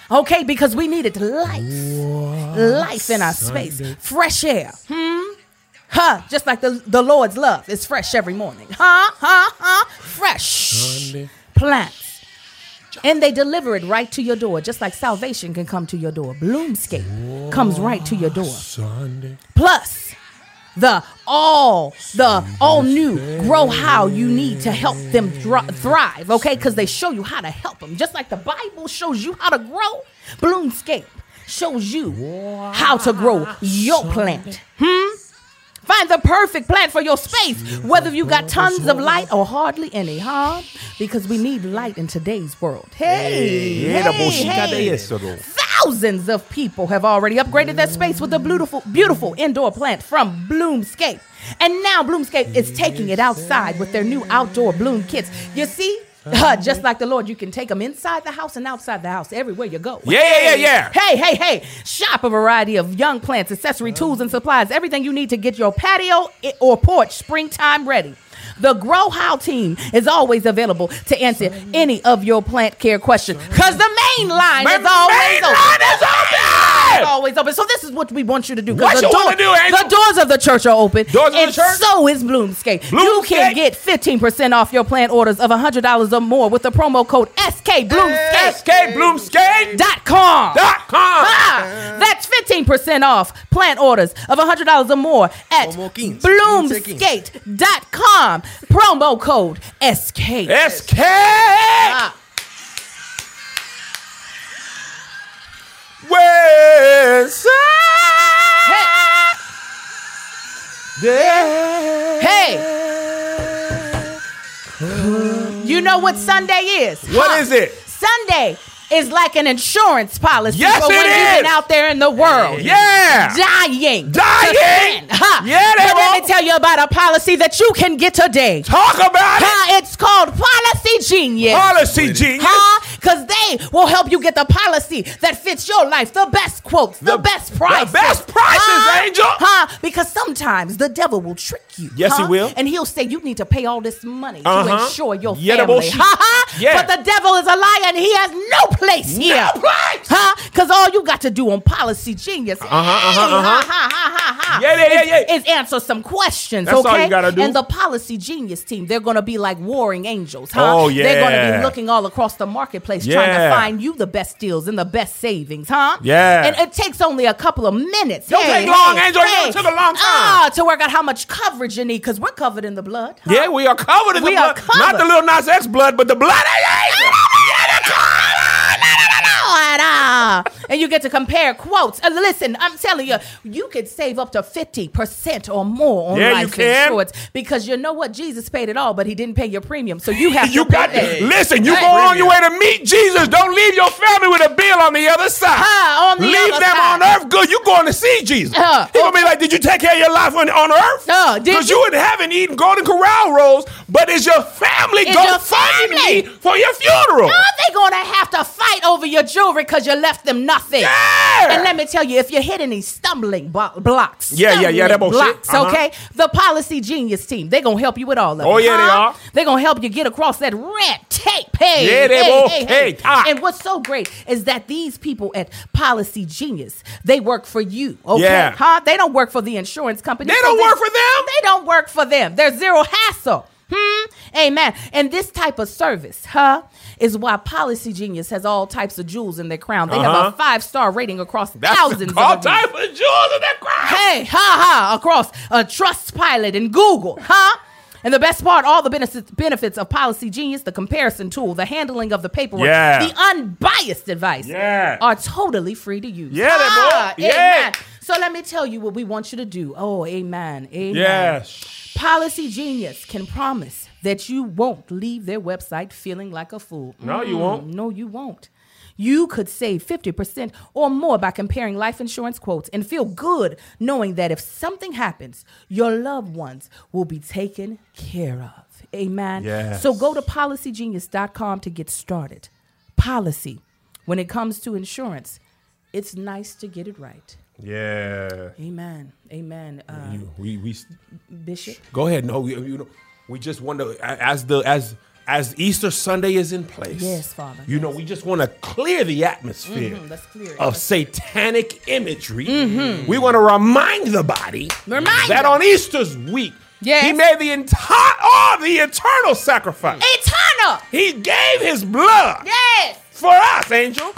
B: Okay, because we needed life, life in our space, fresh air, hmm? Huh? Just like the the Lord's love is fresh every morning, huh? Huh? Huh? Fresh plants, and they deliver it right to your door, just like salvation can come to your door. Bloomscape comes right to your door
A: Sunday.
B: plus the all the all new grow how you need to help them dr- thrive okay because they show you how to help them just like the bible shows you how to grow bloomscape shows you how to grow your plant hmm find the perfect plant for your space whether you got tons of light or hardly any huh because we need light in today's world hey,
A: Yerebo
B: hey, hey.
A: shikataye sororo.
B: Thousands of people have already upgraded their space with a beautiful, beautiful indoor plant from Bloomscape. And now Bloomscape is taking it outside with their new outdoor bloom kits. You see, just like the Lord, you can take them inside the house and outside the house, everywhere you go.
A: Yeah, yeah, yeah, yeah.
B: Hey, hey, hey. Shop a variety of young plants, accessory tools, and supplies. Everything you need to get your patio i- or porch springtime ready. The Grow How team is always available to answer any of your plant care questions because the main line
A: My
B: is always
A: main line
B: open.
A: is open.
B: It's always open. So this is what we want you to do. 'cause
A: What
B: the
A: you wanna do, Angel?
B: The doors of the church are open.
A: Doors of the
B: and
A: church?
B: so is Bloomscape. You
A: Bloomscape.
B: can get 15% off your plant orders of $100 or more with the promo code SK Bloomscape.
A: SKBloomskate.com.
B: Dot com. Ah, that's 15% off plant orders of $100 or more at
C: Como quince,
B: bloomskate.com. Promo code SK.
A: SK.
B: Ah,
A: West
B: hey,
A: Side.
B: hey. You know what Sunday is?
A: What
B: huh?
A: is it?
B: Sunday is like an insurance policy
A: Yes,
B: for
A: it
B: when
A: is.
B: you've been out there in the world.
A: Yeah.
B: Dying. to
A: Dying.
B: sin. Huh.
A: Yeah, they
B: but let
A: will.
B: me tell you about a policy that you can get today.
A: Talk about it.
B: Huh, it's called Policy Genius.
A: Policy genius.
B: Huh? Because they will help you get the policy that fits your life, the best quotes, the,
A: The-
B: best
A: the
B: prices.
A: best prices,
B: huh?
A: Angel.
B: Huh? Because sometimes the devil will trick you.
A: Yes, he
B: huh?
A: will.
B: And he'll say, you need to pay all this money to
A: Uh-huh.
B: insure your
A: Yeah, the
B: family.
A: bullshit.
B: Ha ha.
A: Yeah.
B: But the devil is a liar and he has no place here.
A: place.
B: Huh? Because all you got to do on Policy Genius uh-huh,
A: uh-huh, uh-huh.
B: Ha, ha, ha, ha, ha,
A: Yeah, yeah, yeah,
B: is,
A: yeah.
B: is answer some questions,
A: That's all
B: okay?
A: you gotta do.
B: And the Policy Genius team, they're going to be like warring angels, huh?
A: Oh,
B: They're going to be
A: yeah.
B: looking all across the marketplace trying to
A: Yeah.
B: find you the best deals and the best savings, huh?
A: Yeah.
B: And it takes only a couple of minutes.
A: Don't
B: Hey,
A: take long,
B: hey,
A: Angel. You
B: hey.
A: took a long time.
B: Ah, to work out how much coverage you need because we're covered in the blood. huh?
A: Yeah, we are covered in
B: We
A: the
B: are
A: blood. Not
B: covered.
A: the little Nas X blood, but the blood. Yeah, the
B: Lord, ah. and you get to compare quotes. And listen, I'm telling you, you could save up to 50% or more on
A: Yeah, you
B: life
A: can.
B: insurance because you know what? Jesus paid it all, but he didn't pay your premium. So you have
A: You
B: to pay
A: got
B: that.
A: listen. You
B: Hey.
A: go on your way to meet Jesus. Don't leave your family with a bill on the other side.
B: Ah, on the
A: leave
B: other
A: them
B: side.
A: on earth. Good, you going to see Jesus?
B: Ah,
A: he gonna be like, did you take care of your life on, on earth?
B: Ah, did
A: because
B: you-
A: you in heaven eating golden corral rolls, but is your family
B: Is
A: gonna
B: your
A: find me
B: family-
A: for your funeral?
B: Now they gonna have to fight over your jewelry because you left them nothing.
A: Yeah.
B: And let me tell you, if you hit any stumbling bo- blocks,
A: Yeah, yeah, yeah, that
B: stumbling
A: bullshit.
B: blocks,
A: Uh-huh.
B: okay? The Policy Genius team, they gonna help you with all of it.
A: Oh, yeah, they are.
B: They're gonna help you get across that red tape. Hey,
A: Yeah, they
B: hey,
A: will.
B: hey,
A: Hey,
B: hey.
A: ah.
B: And what's so great is that these people at Policy Genius, they work for you, okay?
A: Yeah.
B: Huh? They don't work for the insurance company.
A: They
B: so
A: don't work for them?
B: They don't work for them. There's zero hassle. Hmm. Amen. And this type of service, huh, is why Policy Genius has all types of jewels in their crown. They have
A: Uh-huh.
B: a five star rating across
A: That's
B: thousands
A: all
B: of reviews.
A: type of jewels in that crowd.
B: hey, ha ha, across a Trust Pilot and Google, huh? And the best part, all the benefits benefits of Policy Genius, the comparison tool, the handling of the paperwork,
A: Yeah.
B: the unbiased advice
A: Yeah.
B: are totally free to use. Ah,
A: Yeah, they both-
B: amen.
A: yeah.
B: So let me tell you what we want you to do. Oh, amen. Amen.
A: Yes.
B: Policy Genius can promise that you won't leave their website feeling like a fool.
A: No, you won't.
B: No, you won't. You could save 50% or more by comparing life insurance quotes and feel good knowing that if something happens, your loved ones will be taken care of. Amen.
A: Yes.
B: So go to policygenius.com to get started. Policy. When it comes to insurance, it's nice to get it right.
A: Yeah.
B: Amen. Amen. Uh,
A: You- we we s-
B: Bishop.
A: go ahead. No, you, you know, we just want to as the as as Easter Sunday is in place.
B: Yes, Father. Mm-hmm.
A: You know, we just want to clear the atmosphere
B: let's clear it.
A: of satanic imagery. We want to remind the body
B: Remind
A: that
B: them.
A: on Easter's week,
B: Yes.
A: he made the entire all the eternal sacrifice.
B: Eternal.
A: He gave his blood
B: Yes.
A: for us, Angel.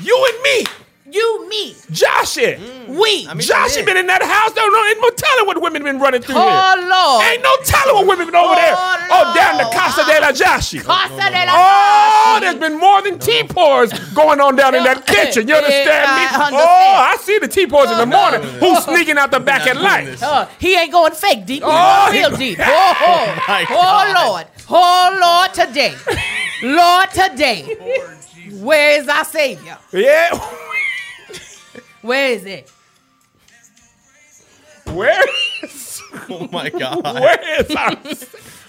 A: You and me,
B: You, me,
A: Joshua.
B: we.
C: I mean,
A: Josh
C: she
A: has
C: did.
A: been in that house. Don't know. Ain't no telling what women been running through
B: Oh,
A: here.
B: Lord.
A: Ain't no telling what women been over
B: Oh,
A: there. Oh,
B: Lord.
A: down the Casa de la Joshi.
B: Casa de la
A: Oh,
B: Joshi.
A: there's been more than tea pours going on down in that kitchen. You
B: Yeah,
A: understand me?
B: I understand.
A: Oh, I see the tea pours in the morning. Who's sneaking out the back at
C: doing
A: night?
C: this.
B: Uh, he ain't going fake deep. He's
A: Oh,
B: going real
A: he-
B: deep. Oh, oh.
C: my
B: oh Lord. Oh, Lord, today. Lord, today. Where is our Savior?
A: Yeah.
B: Where is it?
A: Where is,
C: Oh my god.
A: where is our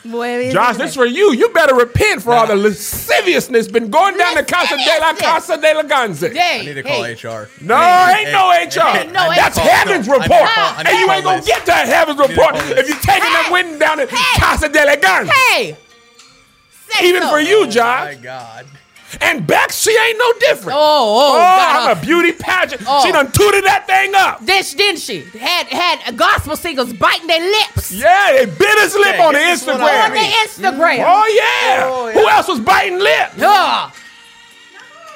B: Where is
A: Josh,
B: it?
A: this for you. You better repent for all the lasciviousness been going down the Casa de la Casa de la Ganze.
B: Hey,
C: I need to call
B: hey.
C: HR.
A: No,
C: Hey,
A: ain't no
C: hey,
A: HR.
C: hey,
B: no
C: I need
A: That's
C: to call-
A: heaven's
C: no, I need to
A: report.
C: call- I need
A: and
C: to
A: you
C: call
A: ain't gonna
C: Liz.
A: get that heaven's report
C: call
A: if
C: Liz.
A: you taking that
B: Hey!
A: wind down in
B: Hey!
A: Casa de la Ganze.
B: Hey. Say
A: Even
B: so.
A: for you,
C: Oh My
A: Josh.
C: god.
A: And Beck, she ain't no different.
B: Oh, oh,
A: Oh,
B: God.
A: I'm a beauty pageant.
B: Oh.
A: She done tooted that thing up.
B: Then she- didn't she? Had had gospel singers biting their lips
A: Yeah, they bit his lip
C: Yeah,
A: on the
C: this is what I
B: on the
A: Instagram.
C: read.
A: Oh
B: Instagram.
A: yeah.
C: Oh, yeah.
A: Who else was biting lip?
B: Duh.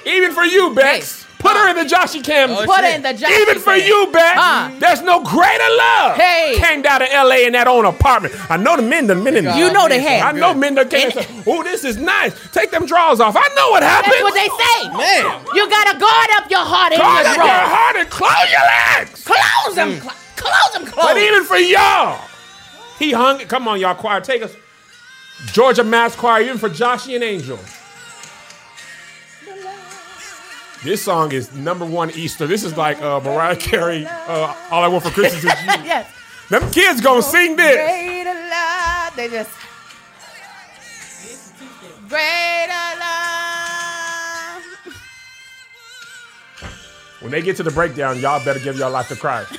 A: Even for you, Bex.
B: Hey.
A: Put her in the Joshy Cam.
C: Oh,
B: Put
C: shit.
B: it in the Josh
A: Even for
B: Cam.
A: you, Beck,
B: Huh.
A: there's no greater love.
B: Hey.
A: Came down to LA in that own apartment. I know the men, the men in
B: You know they had.
A: I know men that came and
B: And-
A: said, "Oh, this is nice. Take them drawers off." I know what happened.
B: That's what they say.
C: Man.
B: You gotta guard up your heart and
A: Guard
B: your
A: up your
B: throat.
A: heart and close your legs.
B: Close them. Cl- close them. Close.
A: But even for y'all, he hung. Come on, y'all choir, take us. Georgia Mass Choir, even for Joshy and Angel. This song is number one Easter. This is like uh, Mariah Carey, uh, All I Want for Christmas is You.
B: yes.
A: Them kids
B: Oh,
A: gonna sing this.
B: Greater love. They just. Greater love.
A: When they get to the breakdown, y'all better give y'all life to Christ.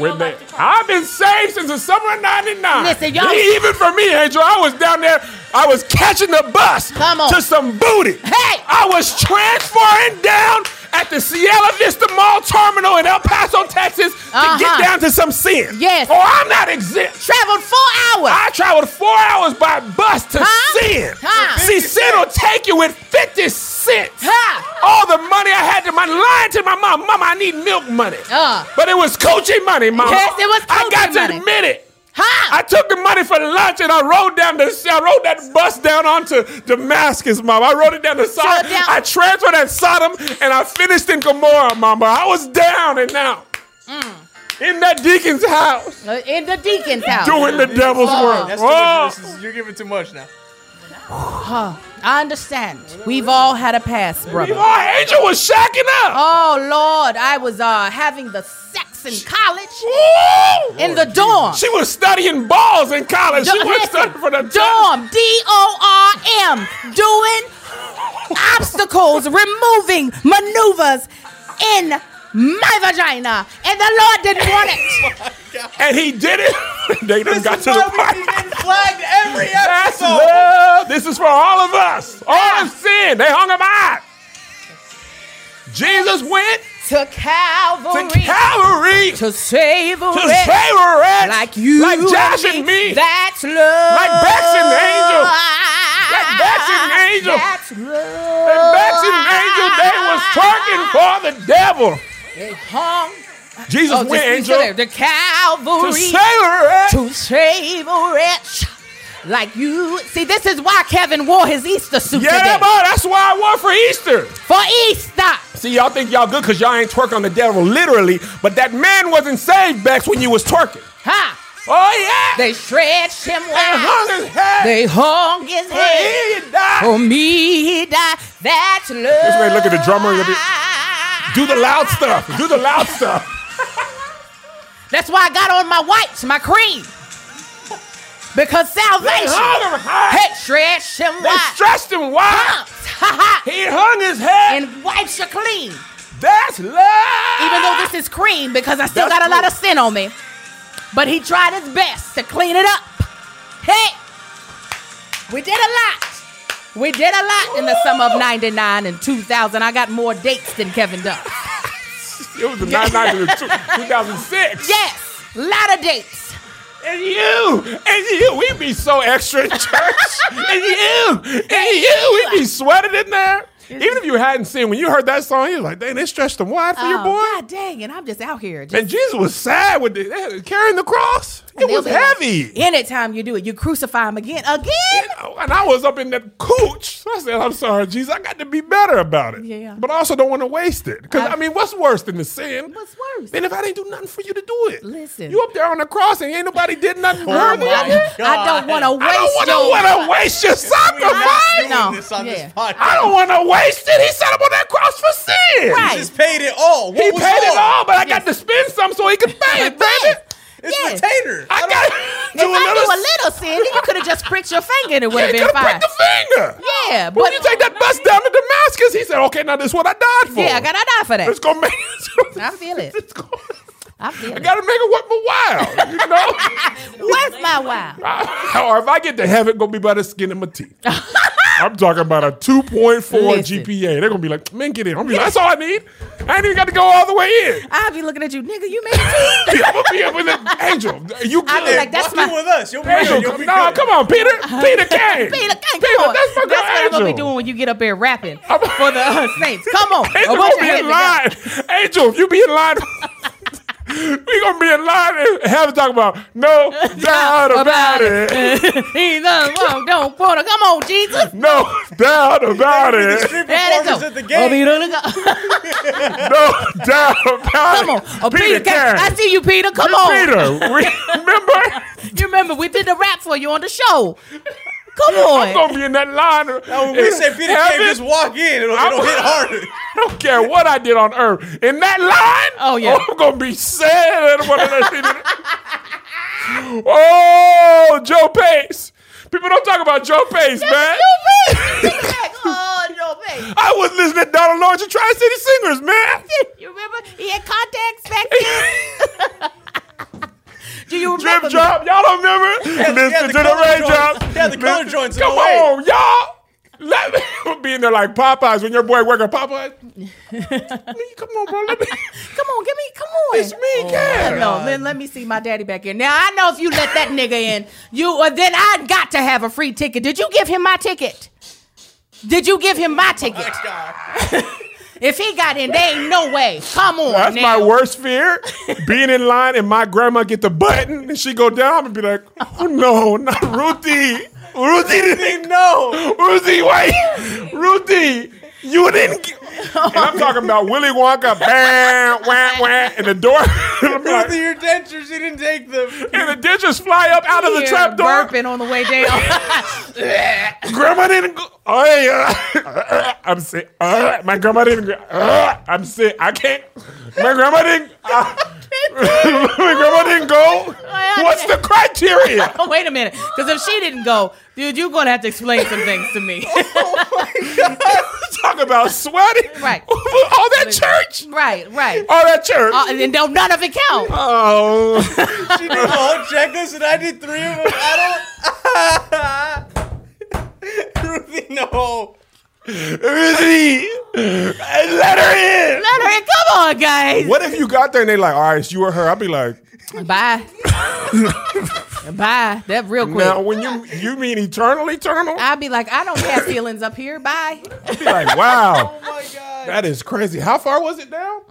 A: When they, I've been saved since the summer of 99.
B: Listen, y'all-
A: Even for me, Angel, I was down there, I was catching the bus
B: Come on.
A: to some booty.
B: Hey!
A: I was transferring down at the Cielo Vista Mall Terminal in El Paso, Texas to
B: Uh-huh.
A: get down to some sin.
B: Yes.
A: Or I'm not exempt.
B: Traveled four hours.
A: I traveled four hours by bus to
B: Huh?
A: sin.
B: Huh?
A: See, sin will take you with 50 cents.
B: Huh?
A: All the money I had to my lying to my mom, Mama, I need milk money.
B: Uh.
A: But it was coochie money, Mama.
B: Yes, it was
A: I got
B: coochie
A: to
B: money.
A: admit it.
B: Huh?
A: I took the money for lunch and I rode down the I rode that bus down onto Damascus, Mama. I rode it down to Sodom.
B: down.
A: I transferred at Sodom and I finished in Gomorrah, Mama. I was down and out.
B: Mm.
A: In that deacon's house,
B: Uh, In the deacon's house.
A: doing the devil's work.
C: That's too
A: Oh.
C: much. This is, you're giving too much now.
B: Huh. Uh, I understand. We've all had a past, brother.
A: Oh, Angel was shacking up.
B: Oh Lord, I was uh, having the sex in college
A: Woo!
B: in the dorm.
A: She was studying balls in college. She was
B: Listen,
A: studying for the test.
B: dorm. D O R M. Doing obstacles, removing maneuvers in my vagina, and the Lord didn't want it.
A: And he did it. they done got to the
C: we
A: point.
C: getting flagged every
A: That's
C: episode.
A: love. This is for all of us. All of sin. They hung him out. Jesus went
B: to Calvary
A: to Calvary to
B: to save a
A: save
B: wretch
A: a wretch
B: like you,
A: like Josh and
B: and
A: me.
B: That's love.
A: Like Bex and Angel. Like Bex and Angel.
B: That's love.
A: and Max and Angel, they was talking for the devil.
B: They hung
A: Jesus
B: Oh,
A: went,
B: just, you
A: angel,
B: still there. the
A: to
B: Calvary
A: save her.
B: to save a wretch like you. See, this is why Kevin wore his Easter suit
A: Yeah,
B: today.
A: boy, that's why I want for Easter.
B: For Easter.
A: See, y'all think y'all good because y'all ain't twerk on the devil literally, but that man wasn't saved, Bex, when you was twerking.
B: Ha!
A: Oh, yeah.
B: They stretched him
A: and
B: wide.
A: hung his head.
B: They Oh. hung his
A: Well, he
B: head.
A: ain't died.
B: For me, he died. That's love. This
A: way to look at the drummer, you'll be- Do the loud stuff. Do the loud stuff.
B: That's why I got on my whites, my cream. Because
A: They
B: salvation
A: hung him high.
B: had stretched him
A: They
B: wide.
A: stretched him wide.
B: Ha ha!
A: He hung his head.
B: And wipes you clean.
A: That's love.
B: Even though this is cream, because I still
A: That's
B: got a lot
A: true.
B: of sin on me. But he tried his best to clean it up. Hey! We did a lot. We did a lot in the summer of 99 and 2000. I got more dates than Kevin Dunn.
A: It was the 99 to 2006.
B: Yes! Lot of dates.
A: And you, and you, we be so extra in church. and you, and you, we be sweating in there. Even if you hadn't seen, when you heard that song, you was like, dang, they stretched them wide for your boy.
B: Oh, God dang it. I'm just out here. Just
A: And Jesus was sad with the, they had- carrying the cross. It
B: They'll
A: was
B: be like,
A: heavy.
B: Anytime you do it, you crucify him again. Again?
A: And I was up in that cooch. So I said, I'm sorry, Jesus, I got to be better about it.
B: Yeah.
A: But I also don't want to waste it. Because, I,
B: I-
A: mean, what's worse than the sin?
B: What's worse?
A: Than if I didn't do nothing for you to do it.
B: Listen.
A: You up there on the cross and ain't nobody did nothing worthy
C: my
A: of it.
B: Oh I don't want to waste
A: I don't
B: your-
A: want to waste your
B: not
A: sacrifice.
B: doing- No,
C: this on
B: yeah.
C: this podcast.
A: I don't want to waste it. He set up on that cross for sin.
B: Right.
C: He just paid it all. What
A: He paid
C: was
A: it
C: wrong?
A: all, but I got to spend some so he could pay it, baby.
C: It's
B: Yeah.
C: retainer.
A: I got to do
B: If I do a little sin, then you could have just pricked your finger and it would have
A: He
B: been
A: could have
B: fine.
A: pricked the finger.
B: Yeah,
A: But
B: but
A: when you take that bus down to Damascus, he said, "Okay, now this is what I died for."
B: yeah, I gotta die for
A: It's
B: that.
A: gonna make.
B: I feel it.
A: It's gonna,
B: I feel
A: I
B: it.
A: gotta make it worth my while, you know.
B: Where's my wow?
A: I- or if I get to heaven, gonna be by the skin of my teeth. I'm talking about a 2.4
B: Listen.
A: GPA. They're gonna be like, "Man, get in." I'm gonna be like, "That's all I need. I ain't even got to go all the way in."
B: I'll be looking at you, nigga. You made it.
A: I'm gonna be up with an angel. You good?
B: I'd be like, that's
C: Walk
B: my-
C: in with us. You'll be
A: Angel,
C: good. You'll
A: come,
C: be
A: no,
C: good.
A: come on, Peter. Peter Kane.
B: Peter, King,
A: Peter,
B: come on.
A: that's my girl,
B: That's what I'm gonna be
A: Angel.
B: doing when you get up there rapping
A: I'm-
B: for the uh, saints. Come on,
A: Angel
B: I want
A: gonna be
B: your head
A: in
B: to
A: line. Angel, if you be in line, we gonna be in line and have to talk about no doubt
B: go.
A: about it.
B: He's the one, don't quarter. Come on, Jesus.
A: No doubt about
C: The
A: it.
C: street
B: There it
C: performers
B: go. Oh,
C: at the gate.
A: No doubt about it.
B: Come on, oh, Peter. King.
A: Kane.
B: I see you, Peter. Come on.
A: Peter, remember?
B: You remember we did the rap for you on the show. Come on.
A: I'm gonna be in that line.
C: Now, when we say Peter Kane,
A: Heaven,
C: just walk in. It'll,
A: I'm-
C: it'll hit harder.
A: I don't care what I did on earth. In that line,
B: Oh, yeah.
A: I'm gonna be sad at what I did. oh, Joe Pace. People don't talk about Joe Pace, man.
B: Stupid. Take it back. Oh, no, babe.
A: I was listening to Donald Lawrence and Tri City Singers, man.
B: You remember? He had contacts back then. Do you remember?
A: Drip
B: me?
A: drop, y'all don't remember?
C: they
A: Listen
C: had
A: to
C: the
A: the
C: color
A: rain
C: joints.
A: drop.
C: They had the color
A: Listen-
C: joints in
A: Come
C: the way.
A: on, y'all. Let me I'm being there like Popeyes when your boy work at Popeyes. Come on, bro. Let me.
B: Come on, give me. Come on. Oh,
A: It's me, Karen.
B: No, then let me see my daddy back in. Now I know if you let that nigga in, you uh, then I got to have a free ticket. Did you give him my ticket? Did you give him my ticket? If he got in, there ain't no way. Come on,
A: That's
B: now.
A: my worst fear. Being in line and my grandma get the button and she go down. I'm gonna be like, oh no, not Ruthie. Ruthie didn't know. Ruthie, wait. Ruthie, you didn't. Get... And I'm talking about Willy Wonka, bam, wham, wham, and the door. and, I'm
C: Both of
A: like-
C: your dentures, you didn't take them.
A: and the dishes fly up out of the
B: Here,
A: trap door.
B: burping on the way down.
A: Grandma didn't go. Oh, yeah. I'm sick. Uh, my grandma didn't go. Uh, I'm sick. I can't. My grandma didn't. uh, my grandma didn't go. What's the criteria?
B: Oh, wait a minute. Because if she didn't go, dude, you're going to have to explain some things to me.
A: Talk about sweating.
B: Right.
A: All that church.
B: right, right.
A: All that church.
B: Uh, and then don't none of it count.
A: oh.
C: She did the whole checklist, and I did three of them. I don't. Ruthie, no. Oh
A: Ruthie, let her in.
B: Let her in. Come on, guys.
A: What if you got there and they like, all right, it's you or her? I'd be like,
B: Bye. Bye. That real quick.
A: Now, when you you mean eternal, eternal?
B: I'd be like, I don't have feelings up here. Bye.
A: I'd be like, wow,
C: Oh my god.
A: that is crazy. How far was it down?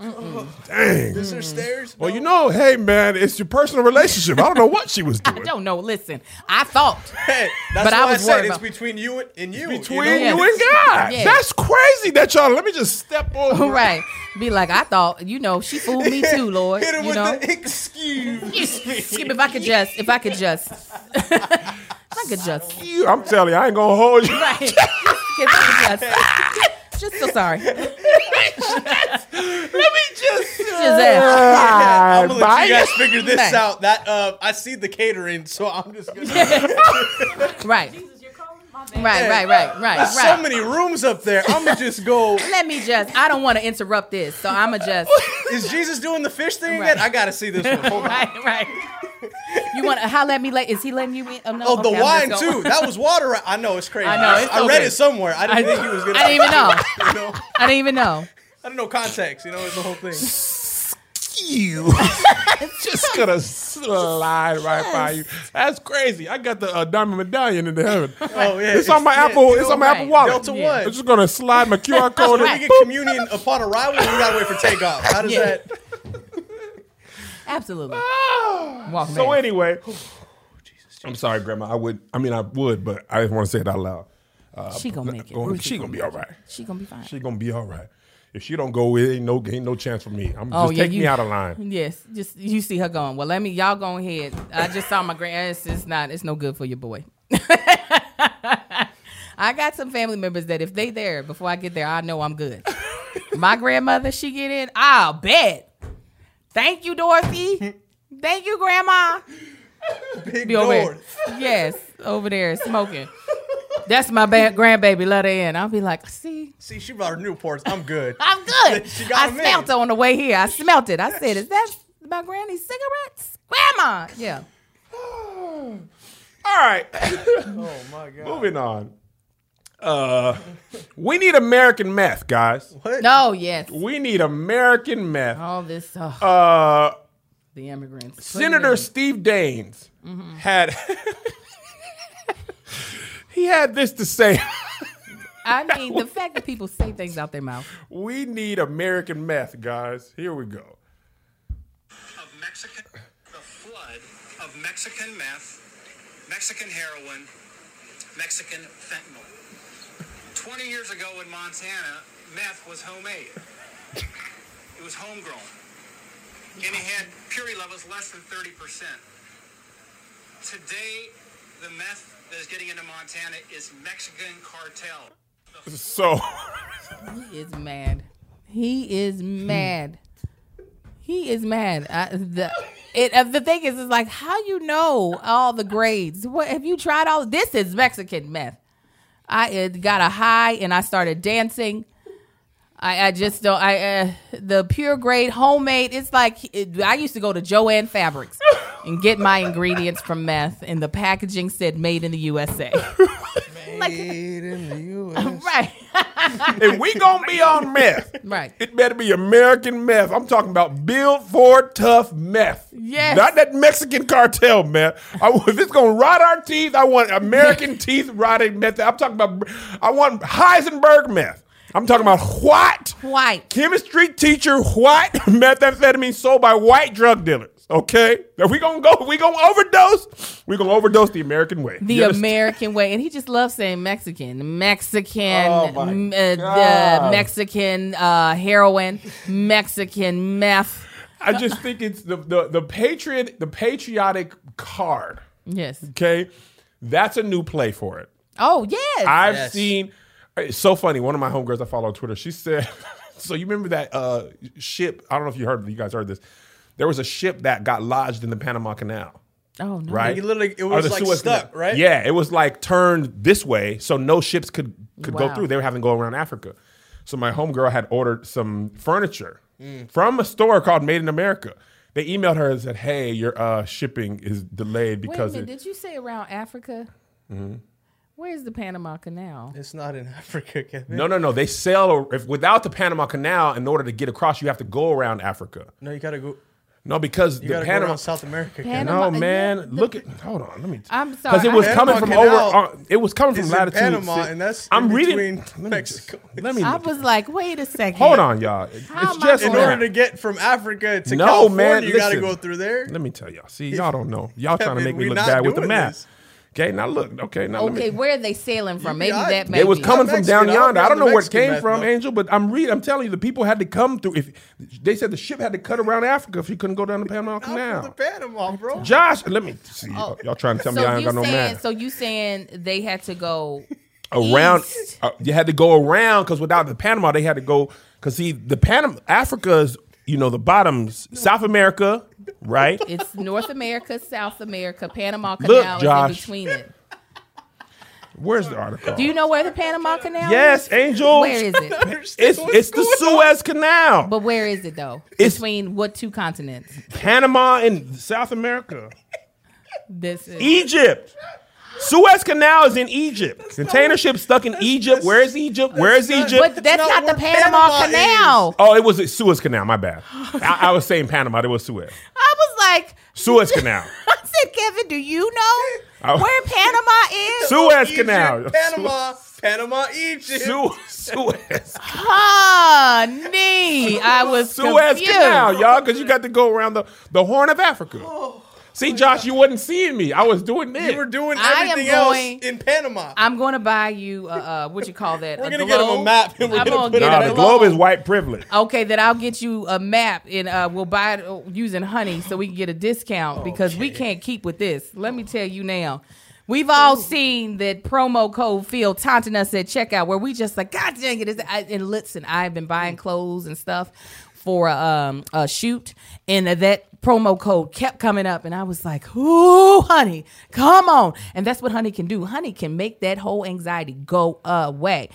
A: Dang.
C: Is there
B: Mm.
C: stairs?
A: Well, you know, hey man, it's your personal relationship. I don't know what she was
B: I
A: doing.
B: don't know. Listen, I thought.
C: Hey, that's
B: But I
C: why I,
B: was
C: said
B: worried
C: it's
B: about-
C: between you and, and you.
A: Between
C: you know?
B: Yeah.
A: you and God,
B: Yeah.
A: that's crazy. That y'all. Let me just step over.
B: right. Be like, I thought, you know, she fooled me too, Lord.
C: Hit her
B: you
C: with
B: know?
C: the excuse.
B: Skip, if I could just, if I could just, if I could just,
A: You, I'm telling you, I ain't gonna hold you.
B: right? If I could just, just so sorry. Just
C: Let me just. uh,
B: ask.
A: Ah,
C: I'm gonna let you
A: bye.
C: guys figure this
B: Bye.
C: out. That uh, I see the catering, so I'm just gonna.
B: Right,
E: Jesus, you're calling my bad.
B: right, right, right, right,
C: There's
B: right.
C: so many rooms up there. I'm gonna just go.
B: Let me just. I don't want to interrupt this, so I'ma just.
C: Is Jesus doing the fish thing
B: Right.
C: yet? I gotta see this one. Hold on.
B: Right, right. You want to holler at me? Like, is he letting you in? Oh, no.
C: Oh, the
B: okay, I'm
C: wine
B: just
C: too.
B: gonna-
C: That was water. ra- I know it's crazy.
B: I know, it's
C: I
B: so
C: read
B: good.
C: it somewhere. I didn't
B: I-
C: think he was gonna.
B: I didn't even know.
C: You know,
B: I didn't even know.
C: I don't know context. You know, it's the whole thing.
A: you. just gonna slide right by you. That's crazy. I got the uh, diamond medallion in the heaven.
C: Oh yeah,
A: It's on my
C: yeah,
A: Apple. It's
C: Delta-
A: on my
B: right.
A: Apple Wallet.
C: Delta
B: Yeah.
A: I'm
C: One.
A: just gonna slide my QR code
C: Do we
A: in.
C: get communion upon arrival, or we gotta wait for takeoff? How does
B: Yeah.
C: that?
B: Absolutely.
C: Oh.
A: Ah.
B: Walk
A: So
B: back.
A: anyway, I'm sorry, Grandma. I would. I mean, I would, but I didn't want to say it out loud.
B: she gonna make it.
A: Going-
B: Ruthie
A: she gonna be all right.
B: She gonna be fine.
A: She gonna be all right. If she don't go, it ain't no ain't no chance for me. I'm
B: Oh,
A: just
B: yeah,
A: take me
B: you-
A: out of line.
B: Yes, just you see her going. Well, let me y'all go ahead. I just saw my grand. It's, it's not. It's no good for your boy. I got some family members that if they there before I get there, I know I'm good. my grandmother, she get in. I'll bet. Thank you, Dorothy. Thank you, Grandma.
C: Big
B: Be over there.
C: door.
B: Yes, over there smoking. That's my ba- grandbaby. Let her in. I'll be like, see,
C: See, she brought her Newports. I'm good.
B: I'm good.
C: She got
B: I
C: him in.
B: smelt it on the way here. I smelt it. I said, "Is that my granny's cigarettes, Grandma?" Yeah.
A: All right,
C: Oh my god.
A: moving on. Uh, we need American meth, guys.
B: No. Yes.
A: We need American meth.
B: All this. Oh,
A: Uh,
B: the immigrants. Put it
A: Senator
B: in. Mm-hmm.
A: Steve Daines had he had this to say:
B: I mean, the fact that people say things out their mouth.
A: We need American meth, guys. Here we go.
D: of Mexican, the flood of Mexican meth, Mexican heroin, Mexican fentanyl. 20 years ago in Montana, meth was homemade. It was homegrown. And it had purity levels less than 30%. Today, the meth that is getting into Montana is Mexican cartel.
A: So
B: He is mad. He is mad. He is mad. I, the, it, uh, the thing is, is like, how you know all the grades? What have you tried all? This is Mexican meth. I it got a high and I started dancing. I, I just don't. I uh, the pure grade homemade. It's like it, I used to go to Joanne Fabrics and get my ingredients from meth, and the packaging said "Made in the USA."
C: Made in the U.S.
B: right,
A: if we gonna be on meth,
B: right.
A: it better be American meth. I'm talking about Bill Ford tough meth.
B: Yes.
A: Not that Mexican cartel meth. I, if it's gonna rot our teeth, I want American teeth rotting meth. I'm talking about. I want Heisenberg meth. I'm talking about what?
B: White.
A: chemistry teacher, white methamphetamine sold by white drug dealers. Okay, if we gonna go, we gonna overdose. We gonna overdose the American way.
B: the
A: You understand?
B: American way, and he just loves saying Mexican, Mexican,
A: Oh, my
B: m- uh, the
A: God.
B: Mexican uh, heroin, Mexican meth.
A: I just think it's the, the the patriot, the patriotic card.
B: Yes.
A: Okay, that's a new play for it.
B: Oh yes.
A: I've
C: Yes.
A: seen. It's so funny. One of my homegirls I follow on Twitter. She said, "So you remember that uh, ship? I don't know if you heard. You guys heard this? There was a ship that got lodged in the Panama Canal."
B: oh no.
A: right?
C: Like, it literally- it
A: Or
C: was,
A: the
C: like,
A: Suez
C: stuck,
A: Canal.
C: right?
A: Yeah, it was like turned this way, so no ships could could
B: Wow.
A: go through. They were having to go around Africa. So my homegirl had ordered some furniture from a store called Made in America. They emailed her and said, "Hey, your uh, shipping is delayed
B: Wait a
A: because
B: minute.
A: it, Mm-hmm.
B: Did you say around Africa? Where's the Panama Canal?
C: It's not in Africa, Kevin.
A: no, no, no. They sell if, without the Panama Canal. In order to get across, you have to go around Africa.
C: No, you gotta go.
A: No, because the
C: You gotta go
A: Panama.
C: around South America.
B: Pan-
C: Ken.
A: No,
B: Panama- uh,
A: man.
B: yeah, the-
A: look at. Hold on. Let me.
B: I'm sorry.
A: Because it was
B: I-
A: coming from
C: Panama
A: over.
C: Canal
A: uh, it was coming from
C: is in
A: latitude.
C: Panama,
A: si-
C: and that's
A: I'm
C: in
A: reading.
C: between
A: Let me, just-
C: Mexico.
A: let me
B: I
A: look.
B: was like, wait a second.
A: hold on, y'all. It's
B: How am I
A: just
B: gonna-
C: In
A: now.
C: order to get from Africa to
A: No,
C: California,
A: man,
C: you gotta
A: listen.
C: go through there.
A: Let me tell y'all. See, y'all don't know. Y'all trying to
C: Kevin,
A: make me
C: we
A: look
C: not
A: bad with the
C: doing
A: math.
C: this.
A: Okay, now look. Okay, now let
B: Okay,
A: me.
B: where are they sailing from? Maybe
C: I-
B: that.
C: It
B: Maybe.
A: It was coming from
C: Mexican,
A: down
C: I
A: yonder. I don't
C: remember
A: know where it
C: Mexican
A: came
C: math,
A: from,
C: though.
A: Angel, but I'm reading. I'm telling you, the people had to come through. If they said the ship had to cut around Africa if you couldn't go down the Panama
C: Out to
A: Canal.
C: Panama, bro.
A: Josh, let me see.
B: Oh.
A: Y'all trying to tell
B: so
A: me I ain't
B: you
A: got no
B: saying,
A: math?
B: So you saying they had to go
A: around.
B: East.
A: Uh, you had to go around because without the Panama, they had to go. Because see, the Panama Africa's you know the bottoms South America, right?
B: It's North America, South America, Panama
A: Look,
B: Canal
A: Josh.
B: is in between it.
A: Where's the article?
B: Do you know where the Panama Canal is?
A: yes, Angel.
B: Where is it?
A: It's it's the Suez Canal,
B: But where is it though?
A: It's-
B: between what two continents?
A: Panama and South America,
B: This is
A: Egypt. Suez Canal is in Egypt. Container ship stuck in Egypt. Where is Egypt? Where is Egypt?
B: But that's
C: not
B: not, the
C: where
B: Panama,
C: Panama
B: Canal.
A: oh, it was the Suez Canal. My bad. I, I was saying Panama. It was Suez.
B: I was like,
A: Suez Canal.
B: I said, Kevin, do you know
A: I-
B: where Panama is?
A: Suez
C: Egypt,
A: Canal.
C: Panama, Panama, Egypt.
A: Su- Suez.
B: Honey, I was
A: Suez
B: confused.
A: Canal, y'all, because you got to go around the, the Horn of Africa. See, Josh, you wasn't seeing me. I was Oh. doing this.
C: You were doing
B: I am
C: everything else
B: going-
C: in Panama.
B: I'm going to buy you uh, uh, what you call that?
C: We're gonna get him a
B: globe?
C: map and we're
B: I'm
C: gonna
B: gonna
C: put
B: get
C: it
A: Nah,
B: him
C: on
A: the
B: a
A: globe is white privilege.
B: Okay, then I'll get you a map and uh, we'll buy it uh, using honey so we can get a discount because we can't keep with this. Let me tell you now. We've all seen that promo code field taunting us at checkout where we just like, God dang it. Is I, and listen, I've been buying clothes and stuff for a, um, a shoot and that promo code kept coming up and I was like, ooh, honey, come on. And that's what honey can do. Honey can make that whole anxiety go away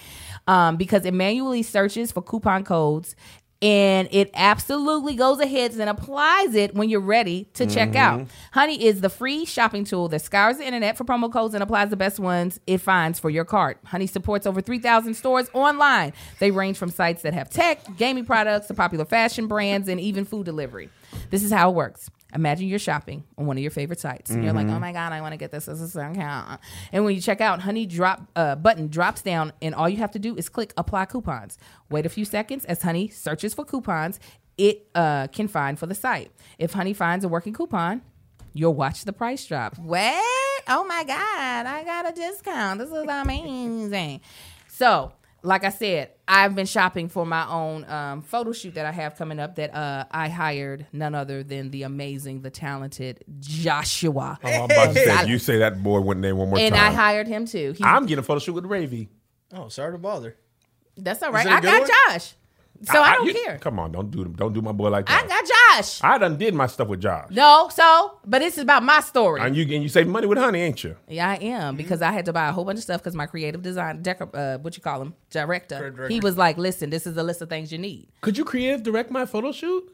B: um, because it manually searches for coupon codes and it absolutely goes ahead and applies it when you're ready to check out. Honey is the free shopping tool that scours the internet for promo codes and applies the best ones it finds for your cart. Honey supports over 3,000 stores online. They range from sites that have tech, gaming products, to popular fashion brands, and even food delivery. This is how it works. Imagine you're shopping on one of your favorite sites, and you're like, "Oh my god, I want to get this." This is account. And when you check out, Honey drop uh, button drops down, and all you have to do is click Apply Coupons. Wait a few seconds as Honey searches for coupons it uh, can find for the site. If Honey finds a working coupon, you'll watch the price drop. What? Oh my god, I got a discount. This is amazing. So, like I said, I've been shopping for my own um, photo shoot that I have coming up that uh, I hired none other than the amazing, the talented Joshua.
A: Oh, I'm about to say, you say that boy one name one more
B: And I
A: time.
B: hired him too. He,
A: I'm getting a photo shoot with Ravy.
C: Oh, sorry to bother.
B: that's all right.
C: that a
B: I
C: good
B: got
C: one?
B: Josh. So I, don't
A: you-
B: care.
A: Come on, don't do don't do my boy like
B: I
A: that.
B: got Josh.
A: I, done did my stuff with Josh.
B: no, so, but this is about my story.
A: And you and you save money with honey, ain't you?
B: Yeah, I am because I had to buy a whole bunch of stuff because my creative design, decor, uh, what you call him, director,
C: Director.
B: he was like, "Listen, this is a list of things you need."
A: Could you creative direct my photo shoot?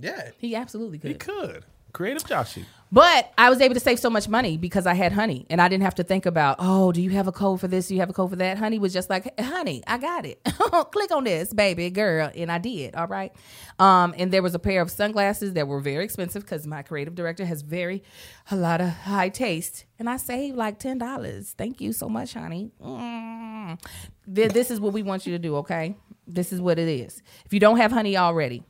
C: Yeah.
B: He absolutely
A: You
B: could,
A: could. Creative Joshy.
B: but I was able to save so much money because I had honey, and I didn't have to think about, "Oh, do you have a code for this? Do you have a code for that?" Honey was just like, "Honey, I got it. Click on this, baby girl," and I did. All right, um, and there was a pair of sunglasses that were very expensive because my creative director has very a lot of high taste, and I saved like ten dollars. Thank you so much, honey. Mm. Th- This is what we want you to do, okay? This is what it is. If you don't have honey already,